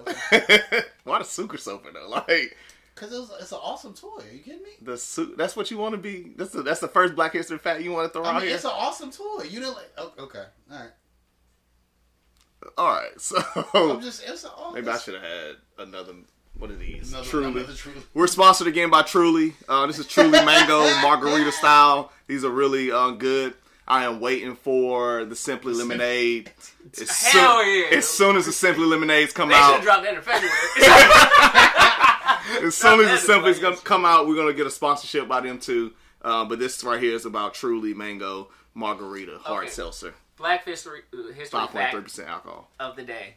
man. Okay.
know. *laughs* Why the sucre sofa though? *laughs* Like
Because it was, it's an awesome toy. Are you kidding me?
the su- That's what you want to be. That's the, that's the first Black History fact you want to throw
I
out
mean,
here.
it's an awesome toy. You didn't like. oh, Okay, all right.
All right, *laughs*
I'm
so
just. It's an awesome.
maybe I should have had another one of these.
Another,
Truly.
another truly.
We're sponsored again by Truly. Uh, this is Truly
*laughs*
Mango Margarita Style. These are really uh, good. I am waiting for the Simply Lemonade. As
Hell yeah.
As soon as the Simply Lemonades come
They should have
out,
dropped that in
*laughs*
February.
as soon as the
that
Simply's
advice.
gonna come out, we're gonna get a sponsorship by them too. Uh, but this right here is about Truly Mango Margarita Hard
Okay.
Seltzer,
Black history uh, history
five point three
fact
percent alcohol.
of the day.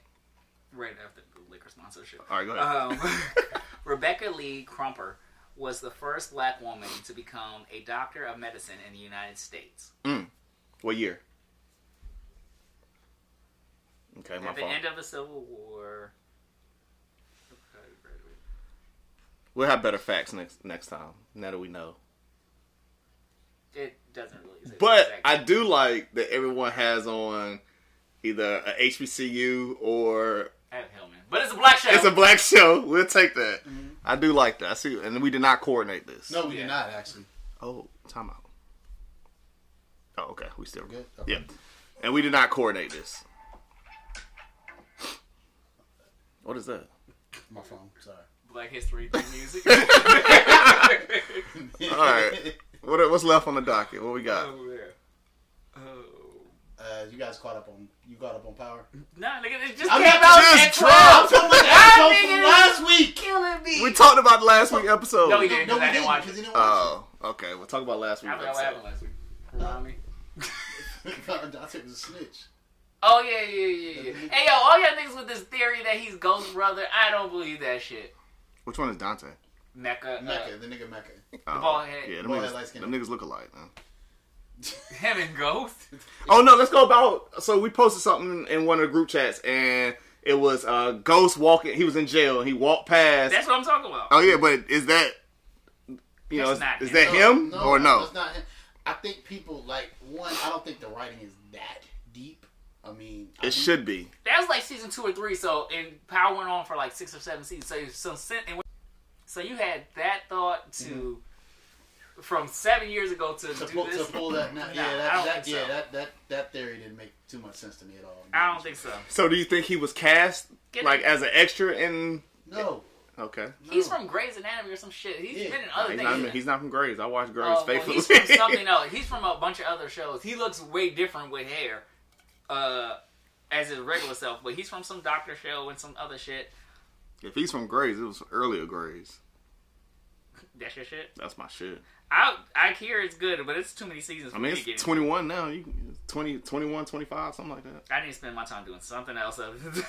Right after the liquor sponsorship.
All right, go ahead.
Um,
*laughs*
*laughs* Rebecca Lee Crumper was the first black woman to become a doctor of medicine in the United States.
what year? Okay, my
At the
fault.
end of the Civil War.
we'll have better facts next next time. Now that we know.
It doesn't really. say
But
exactly.
I do like that everyone has on either a HBCU or
I have Hillman, but it's a black show.
it's a black show. *laughs* We'll take that. I do like that. I see, and we did not coordinate this.
No, we
Yeah.
did not actually.
Oh, time out. Oh, okay. We still
Good?
good.
Okay.
Yeah, and we did not coordinate this. What is that? *laughs*
My phone. Sorry.
black history through music.
All right. What, what's left on the docket? What we got?
oh, yeah. oh.
*laughs* Uh, you guys caught up on. You caught up on
*laughs*
power.
Nah, nigga, it just
I'm
came
not
out
just
at
drunk.
12.
talking about the
That
episode
nigga
from
is
last week.
killing me.
We talked about last week episode.
No, we didn't.
No,
I
we
didn't
didn't
watch
because
it.
you didn't watch
Oh, okay. We'll talk about last
I
week.
forgot what
episode.
happened last week. Remind me.
it. *laughs* Dante was a snitch.
Oh yeah, yeah, yeah, yeah. Hey yo, all y'all niggas with this theory that he's Ghost Brother, I don't believe that shit.
Which one is Dante?
Mecca, uh,
Mecca, the nigga Mecca.
Oh,
bald head-
Yeah, them,
bald head,
niggas,
light skin.
them niggas look alike, man.
uh, *laughs* him and Ghost.
Oh no, let's go about. So we posted something in one of the group chats, and it was uh, Ghost walking. He was in jail, and he walked past.
That's what I'm talking about.
oh yeah, but is that you know
That's
is,
not
is
him.
that him or no?
It's not him. I think people like one. I don't think the writing is that deep. I mean, I
It
do-
should be.
That was like season two or three. So and Power went on for like six or seven seasons. So so sin- and when- so you had that thought to from seven years ago to,
Mm-hmm. to
do
pull, to
this.
pull that. Now,
*laughs* Nah,
yeah,
I
that,
don't
that
think
yeah,
so.
that that that theory didn't make too much sense to me at all.
I don't think so.
So do you think he was cast
Get
like
it.
as an extra in?
No,
Okay,
He's from Grey's Anatomy or some shit. He's
Yeah.
been in other
he's
things.
not, he's not from Grays. I watched Grays
Oh, well,
faithfully.
he's from
*laughs*
something else. He's from a bunch of other shows. He looks way different with hair, uh, as his regular self. But he's from some doctor show and some other shit.
if he's from Grays, it was earlier Grays.
That's your shit.
That's my shit.
I I hear it's good, but it's too many seasons. For
I mean,
me to get
it's
into.
21 now. You can- 20, 21, 25, something like that.
*laughs* I need to spend my time doing something else. other than-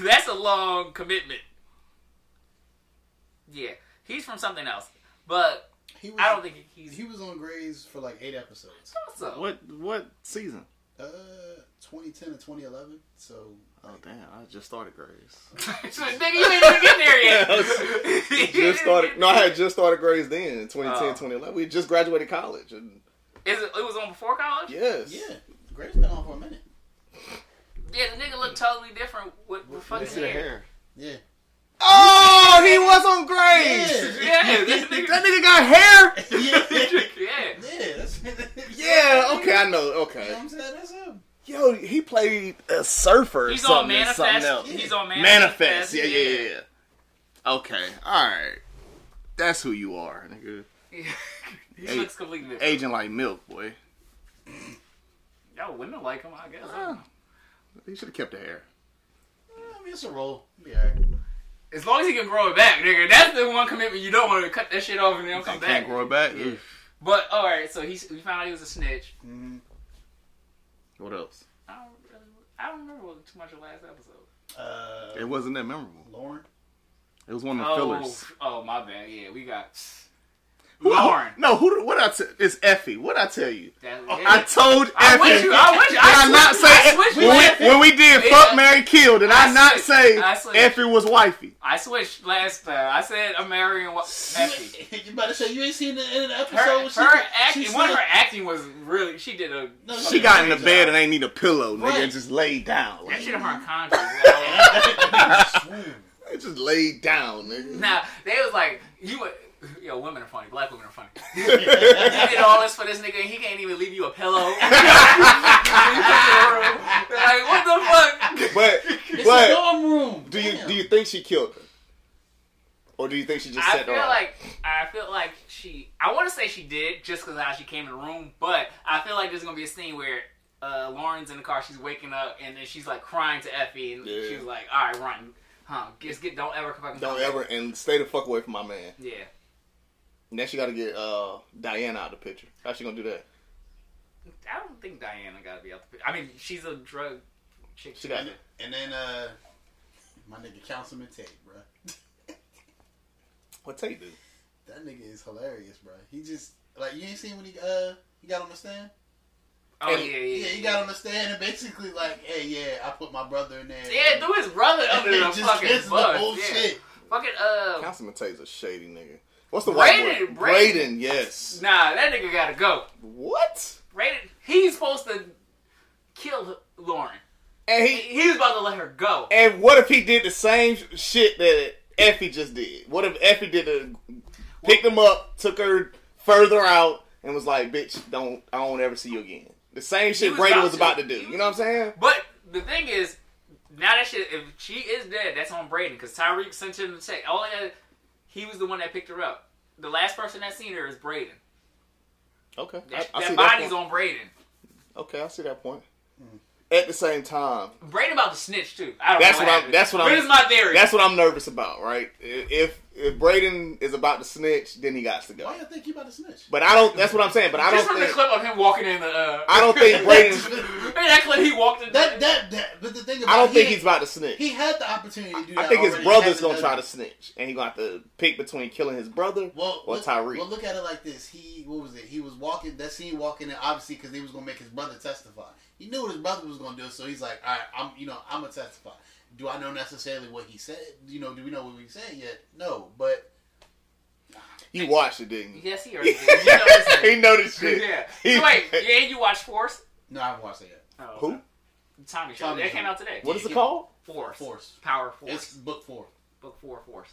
That's a long commitment. Yeah, he's from something else, but
He was,
I don't think he's
he was on Grey's for like eight episodes.
also.
What what season?
Uh, 2010 to 2011. So
Oh damn! I just started Grays.
*laughs* Nigga, you ain't even getting there yet.
*laughs* just
*laughs*
started. No, I had just started Grays then in 2010,
Oh.
2011. We just graduated college, and
Is it, it was on before college.
yes,
yeah, Grey's been on for a minute.
Yeah, the nigga looked totally different with, with fucking
Listen to the
hair.
hair.
Yeah,
Oh, he was on Grays.
yeah,
*laughs* Yeah, this
That
nigga.
nigga got hair.
yeah, yeah.
yeah.
That's, *laughs*
*laughs* Yeah. Okay, I know.
You know
Okay.
what I'm saying? That's him.
Yo, he played a surfer. or
He's on
something in something
manifest.
else.
He's on manifest.
Manifest. Yeah, yeah, yeah, yeah. Okay. All right. That's who you are, nigga.
yeah. *laughs* he
Hey.
looks completely different.
Aging like milk, boy.
Y'all women like him, I guess.
He should have kept the hair.
I mean, it's a role. Be alright.
As long as he can grow it back, nigga. That's the one commitment you don't want to cut that shit off and then come
Can't
back.
grow it back.
Yeah.
Ugh.
But all right, so he's, we found out he was a snitch.
Mhm.
What else?
I don't, really, I don't remember too much of last episode.
Uh,
It wasn't that memorable.
Lauren. *laughs*
It was one of the
Oh,
fillers.
oh my bad. Yeah, we got
Who-
Lauren.
No, who? What I tell? It's Effie. What I tell you?
That,
Oh, I told
I'm
Effie.
with you. I'm with you.
Did
I
I, not
switched- I
say
switched
when,
with
we, when we did
Yeah.
fuck Mary Kill? Did I,
I
not
switched.
say
I switched.
Effie was wifey?
I switched last time. I said I'm marrying wa- Effie.
you better say you ain't seen the end of the episode.
Her,
when she-
her
she
acting,
slid-
one of her acting was really. She did a.
No,
She got in the
Right.
bed and ain't need a pillow, nigga,
Right.
and just laid down.
That
Like,
shit on her contract.
they just laid down, nigga. *laughs*
now they was like, you. a- Yo, women are funny. Black women are funny.
*laughs*
You did all this for this nigga, and he can't even leave you a pillow. *laughs* like what the
*laughs*
fuck?
but
It's a
but
dorm room.
do you
Damn.
do you think she killed her, or do you think she just
I
set her
feel
off?
like I feel like she. I want to say she did just because how she came in the room, but I feel like there's gonna be a scene where uh, Lauren's in the car, she's waking up, and then she's like crying to Effie, and
Yeah.
she was like, "All right, run, huh? Just get, don't ever come back.
Don't ever and stay the fuck away from my man.
Yeah,
Now she got to get uh, Diana out of the picture. How's she gonna do that?
I don't think Diana gotta be out. The, I mean, she's a drug chick.
She got
And, and then uh, my nigga Councilman Tate, bro.
what Tate do?
*laughs* That nigga is hilarious, bro. He just like you ain't seen when he uh he got on the stand.
oh yeah,
and-
yeah,
Yeah,
yeah.
he got on the stand and basically like, hey, yeah, I put my brother in there. *laughs*
Yeah, threw his brother
And
under
they
the
just
fucking
kissed
bus.
the whole
yeah.
shit.
Fucking uh,
Councilman Tate's a shady nigga. What's the white
Braden,
boy?
Braden.
Braden, yes.
nah, that nigga gotta go.
What?
Raiden, he's supposed to kill Lauren.
And
He,
he
he was about to let her go.
and what if he did the same sh- shit that Effie just did? What if Effie did a picked him up, took her further out, and was like, "Bitch, don't I don't ever see you again." The same shit
was
Braden
about
was about
to.
to do.
He was-
You know what I'm saying?
But the thing is, now that shit, if she is dead, that's on Braden because Tyreek sent him the check. All that, he was the one that picked her up. The last person that seen her is Braden.
Okay, I,
That,
I
that
see
body's
that point.
on Braden.
Okay, I see that point. At the same time,
Braden about to snitch too. I don't
That's
know
what I'm-
happened.
that's what
But
I'm-
it's my theory.
that's what I'm nervous about, right? If if Braden is about to snitch, then he got to go.
Why you think you about to snitch?
*laughs*
*laughs*
But I don't. That's what I'm saying. But I
Just
don't
from the
think.
clip of him walking in the. Uh,
I don't
*laughs*
think Braden.
Man, that clip he walked in.
That that that. But the thing about
I don't
he
think
had-
he's about to snitch.
he had the opportunity to do that.
I think his
already. He
brother's
hasn't
gonna
done
try
it.
to snitch, and he's gonna have to pick between killing his brother
Well,
or
look,
Tyreek.
well, look at it like this. He, what was it? He was walking, that scene walking in, obviously, because he was going to make his brother testify. He knew what his brother was going to do, so he's like, all right, I'm, you know, I'm going to testify. Do I know necessarily what he said? You know, do we know what we said yet? No, but
you watched it, didn't you? *laughs*
Yes, he already did. You know this
he noticed shit.
*laughs* yeah.
*laughs* He-
So wait, yeah, you watched Force?
no, I haven't watched it yet.
Oh,
Who?
Tommy Show.
Tommy
That
Show.
came out today.
What is it
Yeah.
called?
Force.
Force.
Power Force.
It's book four.
Book four Force.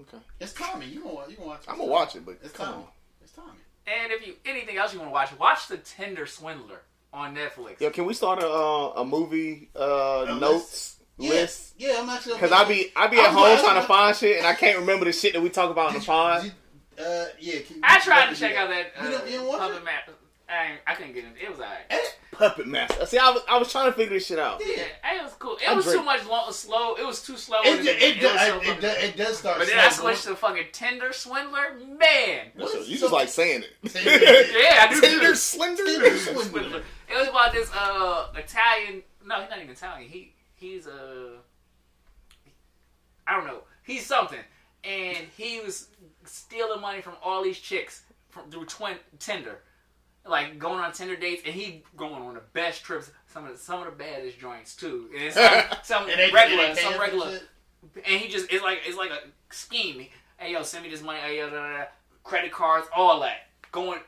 Okay,
It's Tommy. You gonna wa- you gonna watch? it.
I'm gonna watch it, but
It's
come
Tommy.
on.
It's Tommy.
And if you anything else you want to watch, watch The Tinder Swindler on Netflix.
Yo, can we start a uh, a movie uh,
list?
notes
Yeah,
list?
Yeah, I'm actually
Cause I be I be at
I was
home
like-
trying *laughs* to find shit, and I can't remember the shit that we talk about in the
Did
pod.
you- did you- Uh, yeah. Can,
I tried
you-
to check out that
You
uh,
didn't- you didn't watch
puppet
it?
map. I, ain't- I couldn't get into it. It was alright.
Puppet master. See, I was I was trying to figure this shit out.
Yeah.
Yeah, it was cool. It
I
was too
drink.
much long, slow. It was too slow.
It,
and
do- it, do-
was so
it,
fucking-
it, do- it does start.
but then I
slow.
switched to fucking Tinder Swindler. Man,
What
So
is-
you just like saying it.
yeah, I do.
Tinder
Tinder
slender.
*laughs*
Tinder
Swindler.
Swindler.
It was about this uh Italian. No, he's not even Italian. He he's a. Uh, I don't know. He's something, and he was stealing money from all these chicks from through twin, Tinder, like going on Tinder dates, and he going on the best trips. Some of the, some of the baddest joints too, and it's
*laughs*
some, some
And they- and
regular,
they pay him
some
for
regular
shit?
and he just it's like it's like a scheme. Hey yo, send me this money. Hey yo, da, da, da. credit cards, all that, going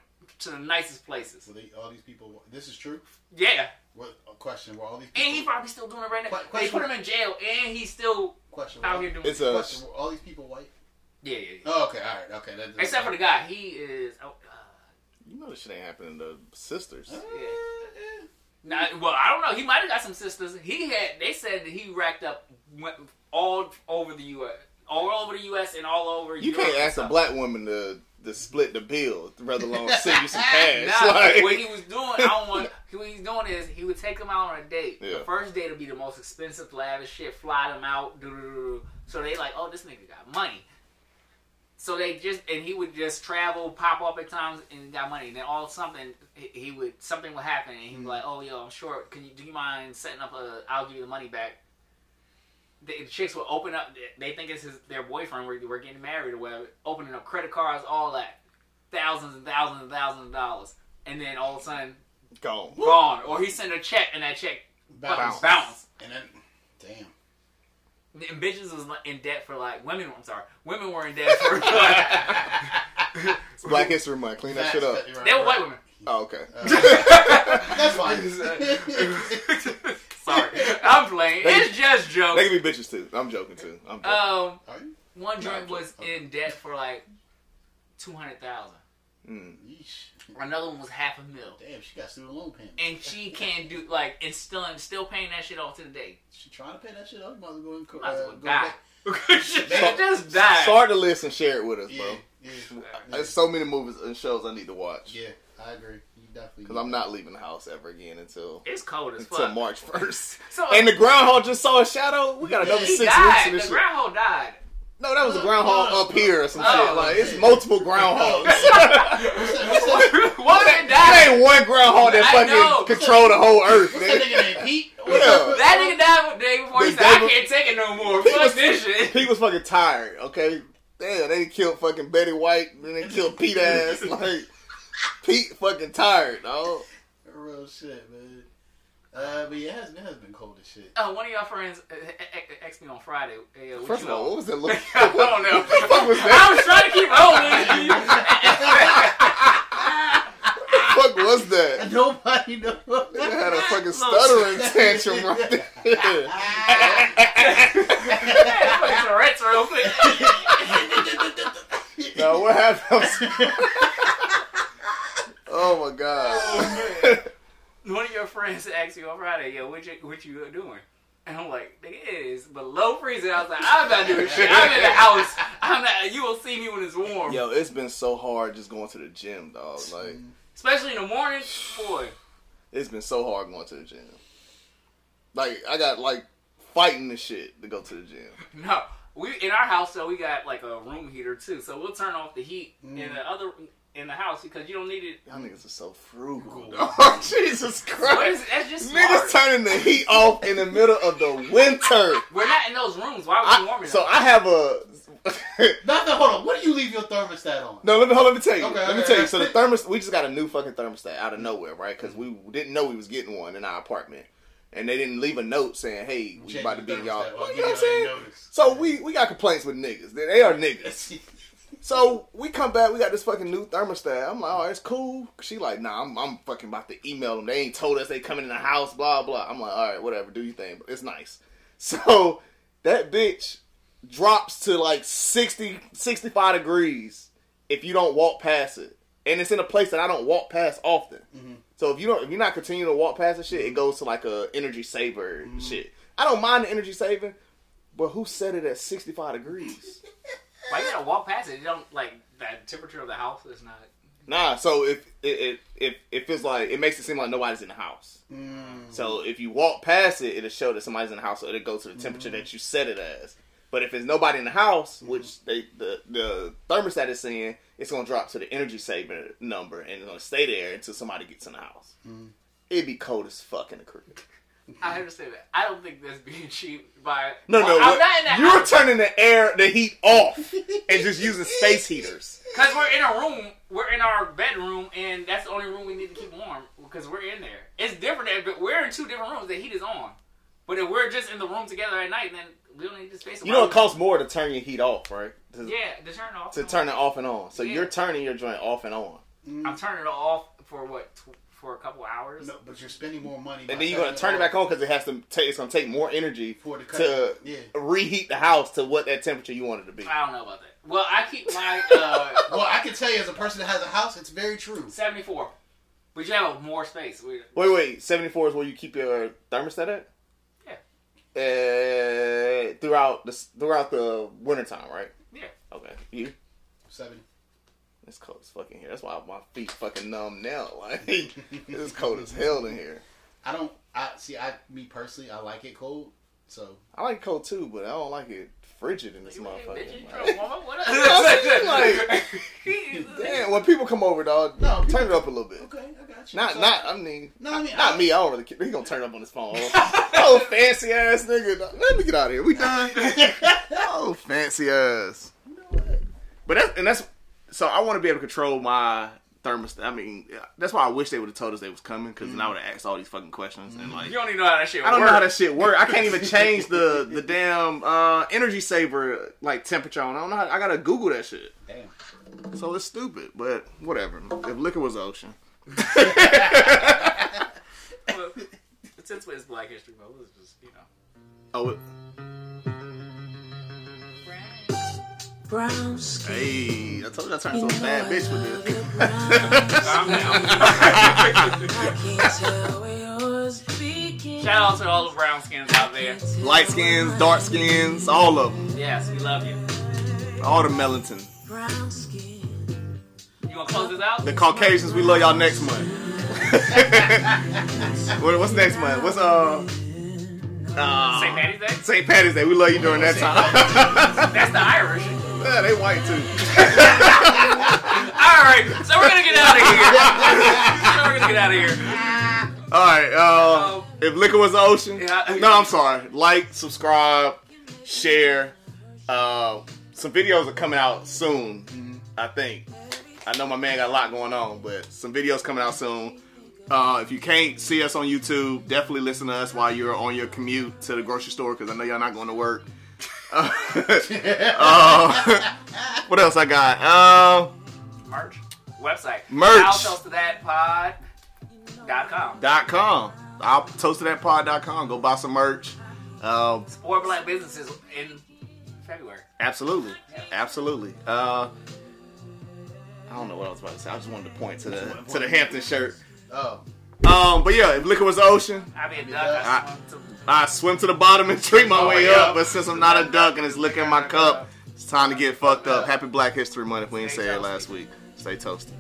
to the nicest places.
So they, all these people. This is true.
Yeah,
What a question? Were all these people,
and he probably still doing it right now.
Que-
They
question-
put him in jail, and he's still
question?
out
were-
here doing.
It's
it.
a
question, were all these people white?
yeah, yeah, yeah.
Oh, okay, all right, okay. That, that,
Except for the guy, he is. Oh, uh,
you know this shit ain't happening to sisters.
yeah. Nah, well, I don't know. He might have got some sisters. He had. They said that he racked up went all over the U.S. All over the U.S. and all over.
You
Europe
can't
and
ask a
stuff.
black woman to to split the bill, rather *laughs* than send you some cash.
Ah, Nah,
like,
what he was doing, I don't want. What he's doing is he would take them out on a date.
Yeah.
The first date would be the most expensive, lavish shit. Fly them out, do do do do. So they like, oh, this nigga got money. So they just and he would just travel, pop up at times, and got money. Then all something he he would something would happen, and he'd be like, oh yo, I'm short. Can you do you mind setting up a? I'll give you the money back. The the chicks would open up. They think it's his, their boyfriend. We're, we're getting married or whatever. Opening up credit cards, all that thousands and thousands and thousands of dollars, and then all of a sudden
gone.
gone, or he sent a check and that check
Bounce.
bounce. bounce.
and then, damn.
And bitches was like, in debt for like women. I'm sorry, women were in debt
*laughs*
for like,
It's Black History Month. Clean that shit up.
Facts, right,
they were
right.
white
*laughs*
women.
Oh, okay.
That's
*laughs*
fine.
*laughs*
Sorry, I'm playing.
They-
it's just
they
jokes.
can be bitches too. I'm joking too. I'm joking.
Um,
Are you?
one
Nah,
joint
I'm
was
joking.
in debt for like two hundred thousand.
Mm.
Yeesh.
Another one was half a mil.
Damn, she got student loan payment.
And
*laughs*
she can't do like and still and still paying that shit off to the day.
She trying to pay that shit off. Might as well go and co-
Might as
uh,
well
go
die.
back-
*laughs* she
So-
just died.
Start the list and share it with us,
Yeah,
bro.
yeah,
There's so many movies and shows I need to watch.
yeah. I agree. You definitely.
Because I'm not leaving the house ever again until
It's cold as
until
fuck.
March *laughs* 1st.
So-
Oh. and the groundhog just saw a shadow. We got another
He
six weeks
died.
of
The
this shit.
groundhog died.
No, that was a groundhog up here or some
Oh,
shit. Like, it's
yeah.
multiple groundhogs. *laughs*
what did
That
die?
ain't one groundhog that
I know.
fucking control the whole earth.
What's that
nigga.
nigga named Pete?
*laughs* Yeah.
That nigga died the day before. He
The
said,
day
"I
be-
can't take it no more.
He
Fuck
was-
this *laughs* shit."
Pete was fucking tired, okay? Damn, they killed fucking Betty White, then they killed Pete
*laughs*
ass. Like, Pete fucking tired, dog.
Real shit, man. Uh, but yeah, it has, it has been cold as shit. *laughs*
Uh, one of y'all friends uh, asked me on Friday. Hey, uh, what
First
you
of all,
on?
what was
*laughs*
that look?
I don't know.
*laughs* What the fuck was
I
that?
was trying to keep *laughs* rolling.
What the fuck was that?
Nobody knows. *laughs*
Nigga had a fucking
*laughs* Little-
stuttering tantrum right
*laughs*
there.
Fucking Tourette's real quick.
no, what happened? oh my
Oh,
god.
One of your friends asked you on Friday, "Yo, what you what you doing?" And I'm like, "Nigga, it is below freezing." I was like, "I'm not doing shit. I'm in the house. I'm not. You will see me when it's warm."
Yo, it's been so hard just going to the gym, dog. Like,
Especially in the morning, boy.
it's been so hard going to the gym. Like, I got like fighting the shit to go to the gym.
No, we in our house though we got like a room heater too, so we'll turn off the heat
Mm.
in the other in the house because you don't need
*laughs*
it.
Y'all niggas are so *laughs* frugal. dog. Jesus
What is,
Christ.
that's just
Niggas
smart.
turning the heat off in the middle of the winter.
We're not in those rooms. Why are we warming
I,
up?
so I have a. *laughs*
Nothing. Hold on. What do you leave your thermostat on?
no, let me hold. Let me tell you.
Okay,
let me
okay.
tell you. So the thermostat, we just got a new fucking thermostat out of nowhere, right? Because we didn't know we was getting one in our apartment, and they didn't leave a note saying, "Hey, we
Change
about to be
the
in y'all."
thermostat.
Well,
I'll
you know what I'm
give y'all
saying?
any notice.
So we we got complaints with niggas. They they are niggas. So we come back, we got this fucking new thermostat. I'm like, oh, it's cool. She like, nah, I'm, I'm fucking about to email them. They ain't told us they coming in the house, blah blah. I'm like, all right, whatever, do your thing, but it's nice. *laughs* So that bitch drops to like 60, 65 degrees if you don't walk past it, and it's in a place that I don't walk past often. So if you don't, if you're not continuing to walk past the shit, it goes to like a energy saver shit. I don't mind the energy saving, but who set it at 65 degrees?
Why you gotta walk past it? You don't like the temperature of the house is not.
Nah, so if it, it if it feels like it makes it seem like nobody's in the house. So if you walk past it, it'll show that somebody's in the house, so it'll go to the temperature that you set it as. But if there's nobody in the house, which they the the thermostat is saying, it's gonna drop to the energy saving number and it's gonna stay there until somebody gets in the house. It'd be cold as fuck in the crib.
I understand that. I don't think that's *laughs* being cheap by.
Mm-hmm. No,
Well,
no,
I'm
what-
not in that.
you're turning the air, the heat off, and just using space heaters.
Because we're in a room, we're in our bedroom, and that's the only room we need to keep warm because we're in there. It's different. If we're in two different rooms. The heat is on. But if we're just in the room together at night, then we don't need the space.
You know it costs more to turn your heat off, right? To,
Yeah, the turn off.
to turn it off and on. So
Yeah.
you're turning your joint off and on,
I'm turning it off for what? Tw- for a couple hours.
*laughs* No, but you're spending more money. by
and then you're gonna turn
turning
it back on because it has to. Take, it's gonna take more energy
For the cut-
to
yeah.
reheat the house to what that temperature you want it to be.
I don't know about that. Well, I keep my
*laughs*
uh,
Well, I can tell you as a person that has a house, it's very true.
74. But you have more space. We,
Wait, wait, seventy four is where you keep your thermostat at.
yeah,
Uh, throughout the throughout the wintertime, right?
yeah.
Okay, you.
Seven.
It's cold as fucking here. That's why my feet fucking numb now. *laughs* Like it's cold as hell in here.
I don't. I see. I me personally, I like it cold. So
I like cold too, but I don't like it frigid in this
You ain't
motherfucker.
bitch, you trying to
Like,
warm up with *laughs*
Like-
us?
damn, when people come over, dog,
No,
turn it up a little bit.
okay, I got you.
Not,
So-
not. I mean,
No, I mean,
not
I-
me. I don't really care. He gonna turn up on his phone.
*laughs*
oh, fancy ass nigga. dog. Let me get out of here. We done. *laughs* oh, fancy ass. But that's and that's. So I want to be able to control my thermostat. I mean, that's why I wish they would have told us they was coming because
Mm.
then I would have asked all these fucking questions and like
You don't even know how that shit
I don't
works.
know how that shit work. I can't
*laughs*
even change the the damn uh, energy saver like temperature on. I don't know. How, I gotta Google that shit.
Damn.
So it's stupid, but whatever. If liquor was the ocean,
Well,
*laughs*
Since it's Black History Month, let's just, you know.
oh, it,
Brown skin.
hey, I told you I turned into a bad bitch with this.
I'm down. Shout out to all the brown skins out there.
Light skins, dark skins, all of them,
Yes, we love you.
all the melatonin.
Brown skin.
You gonna close this out?
The Caucasians, we love y'all next month. *laughs* what, what's next month? What's uh?
St.
Uh,
Patty's Day?
St. Patty's Day. We love you during that time. *laughs*
That's the Irish.
yeah, they white too.
Alright, so we're gonna get out of here. so we're gonna get out of here.
All right. Uh,
Um,
if liquor was the ocean,
Yeah.
no, I'm sorry. Like, subscribe, share. Uh, some videos are coming out soon.
Mm-hmm.
I think. I know my man got a lot going on, but some videos coming out soon. Uh, if you can't see us on YouTube, definitely listen to us while you're on your commute to the grocery store because I know y'all not going to work. *laughs* Uh, what else I got? Uh,
Merch. Website.
Merch.
I'll toast to that pod.com.
dot com. I'll toast to that pod.com. Go buy some merch. Uh,
Support black businesses in February.
Absolutely, absolutely. Uh, I don't know what I was about to say. I just wanted to point to the to the Hampton shirt.
Oh,
Um, but yeah, if liquor was the ocean,
I'll be a duck. I
I-
just want to-
I swim to the bottom and treat my
Oh,
way
yeah.
up. But since I'm not a duck and it's liquor in my cup, it's time to get fucked up. Happy Black History Month. If we ain't
Stay
say it
toasty.
last week, stay toasted.